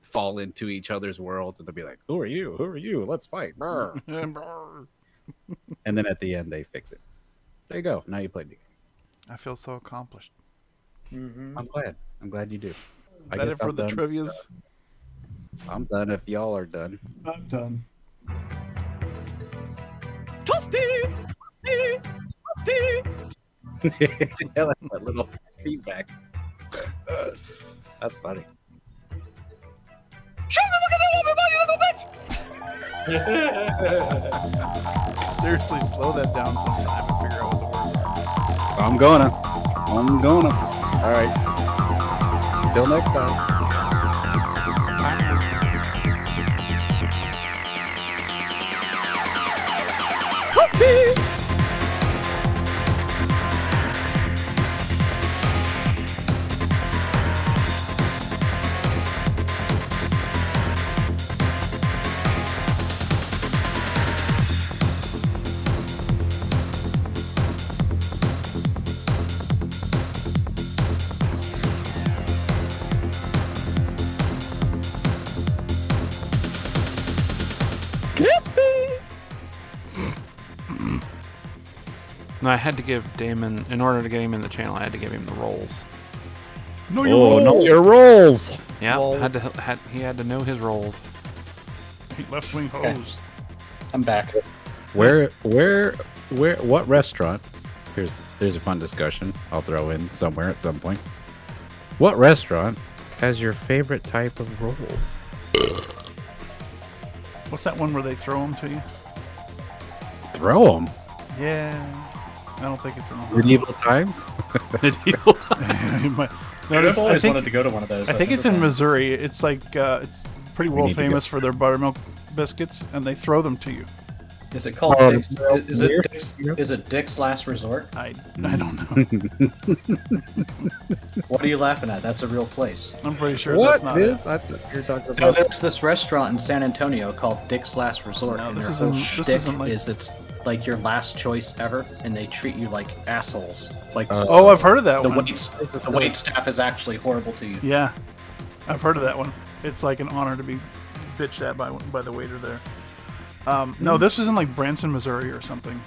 Speaker 2: fall into each other's worlds, and they'll be like, "Who are you? Who are you? Let's fight!" Brr. and then at the end, they fix it. There you go. Now you played the game.
Speaker 1: I feel so accomplished.
Speaker 7: Mm-hmm.
Speaker 2: I'm glad. I'm glad you do. I
Speaker 1: Is that
Speaker 2: guess
Speaker 1: it for
Speaker 2: I'm
Speaker 1: the
Speaker 2: done.
Speaker 1: trivias?
Speaker 2: I'm done if y'all are done.
Speaker 5: I'm done.
Speaker 2: I like that little feedback. That's funny.
Speaker 1: Seriously, slow that down sometime and figure out what the word
Speaker 2: I'm gonna. I'm gonna. All right. Till next time.
Speaker 5: No, I had to give Damon in order to get him in the channel. I had to give him the roles.
Speaker 1: No,
Speaker 2: Oh, no, your rolls.
Speaker 5: Yeah,
Speaker 1: Lol.
Speaker 5: had to had, he had to know his roles.
Speaker 1: Left wing hose.
Speaker 6: Okay. I'm back.
Speaker 2: Where, where, where? What restaurant? Here's there's a fun discussion. I'll throw in somewhere at some point. What restaurant has your favorite type of roll?
Speaker 1: What's that one where they throw them to you?
Speaker 2: Throw them.
Speaker 1: Yeah. I don't think it's an
Speaker 2: Medieval times.
Speaker 5: Medieval time.
Speaker 1: It might- no,
Speaker 3: Dude,
Speaker 1: there's-
Speaker 3: I've
Speaker 1: I
Speaker 3: always
Speaker 1: think,
Speaker 3: wanted to go to one of those.
Speaker 1: I think it's in Missouri. It's like uh, it's pretty
Speaker 2: We
Speaker 1: world
Speaker 2: need to
Speaker 1: famous for their buttermilk biscuits, and they throw them to you.
Speaker 6: Is it called
Speaker 2: Um,
Speaker 6: Dick's? Is, is it
Speaker 2: weird.
Speaker 6: Dick's, is it Dick's Last Resort?
Speaker 1: I,
Speaker 2: Hmm.
Speaker 1: I don't know.
Speaker 6: What are you laughing at? That's a real place.
Speaker 1: I'm pretty sure
Speaker 2: What
Speaker 1: that's not
Speaker 2: is?
Speaker 1: it.
Speaker 2: I thought you're talking
Speaker 6: No,
Speaker 2: about.
Speaker 6: there's this restaurant in San Antonio called Dick's Last Resort,
Speaker 1: No,
Speaker 6: and
Speaker 1: this
Speaker 6: their
Speaker 1: isn't-
Speaker 6: whole
Speaker 1: this
Speaker 6: shtick
Speaker 1: isn't like-
Speaker 6: is it's like your last choice ever, and they treat you like assholes. Like
Speaker 1: Oh, I've heard of that
Speaker 6: the
Speaker 1: one.
Speaker 6: wait, the wait staff is actually horrible to you.
Speaker 1: Yeah, I've heard of that one. It's like an honor to be bitched at by by the waiter there. Um, no, this is in like Branson, Missouri, or something.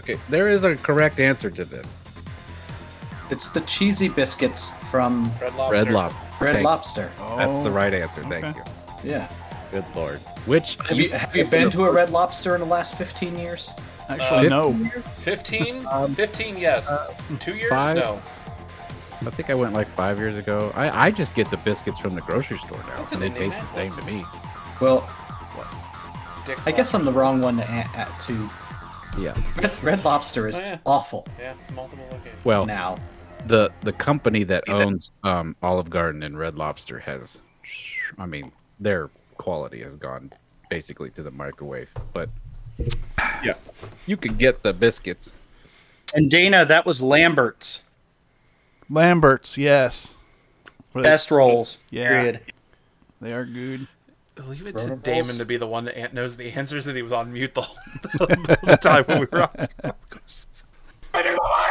Speaker 2: Okay, there is a correct answer to this.
Speaker 6: It's the cheesy biscuits from
Speaker 3: Red Lobster.
Speaker 2: Red Lob.
Speaker 6: Red
Speaker 2: Thank-
Speaker 6: Lobster.
Speaker 2: That's the
Speaker 1: Oh,
Speaker 2: right answer. Thank
Speaker 1: okay.
Speaker 2: you.
Speaker 6: Yeah.
Speaker 2: Good lord. Which
Speaker 6: Have you have you been to a Red Lobster in the last 15 years?
Speaker 1: Actually,
Speaker 2: Uh,
Speaker 1: no.
Speaker 5: 15? 15, yes. Two years?
Speaker 2: Um, five? No. I think I went like five years ago. I, I just get the biscuits from the grocery store now, and they taste the same to me.
Speaker 6: Well, I guess I'm the wrong one to a- at to.
Speaker 2: Yeah.
Speaker 6: Red, Red Lobster is
Speaker 5: Oh, yeah.
Speaker 6: awful
Speaker 5: Yeah, multiple locations.
Speaker 2: Well,
Speaker 6: now.
Speaker 2: the the company that owns um, Olive Garden and Red Lobster has, I mean, their quality has gone basically to the microwave. But yeah, you could get the biscuits.
Speaker 7: And Dana, that was Lambert's
Speaker 1: Lamberts, yes. Were they-
Speaker 7: best rolls.
Speaker 1: Yeah.
Speaker 7: Period.
Speaker 1: They are good.
Speaker 5: Leave it to Damon to be the one that an- knows the answers, and he was on mute the whole the whole time when we were on.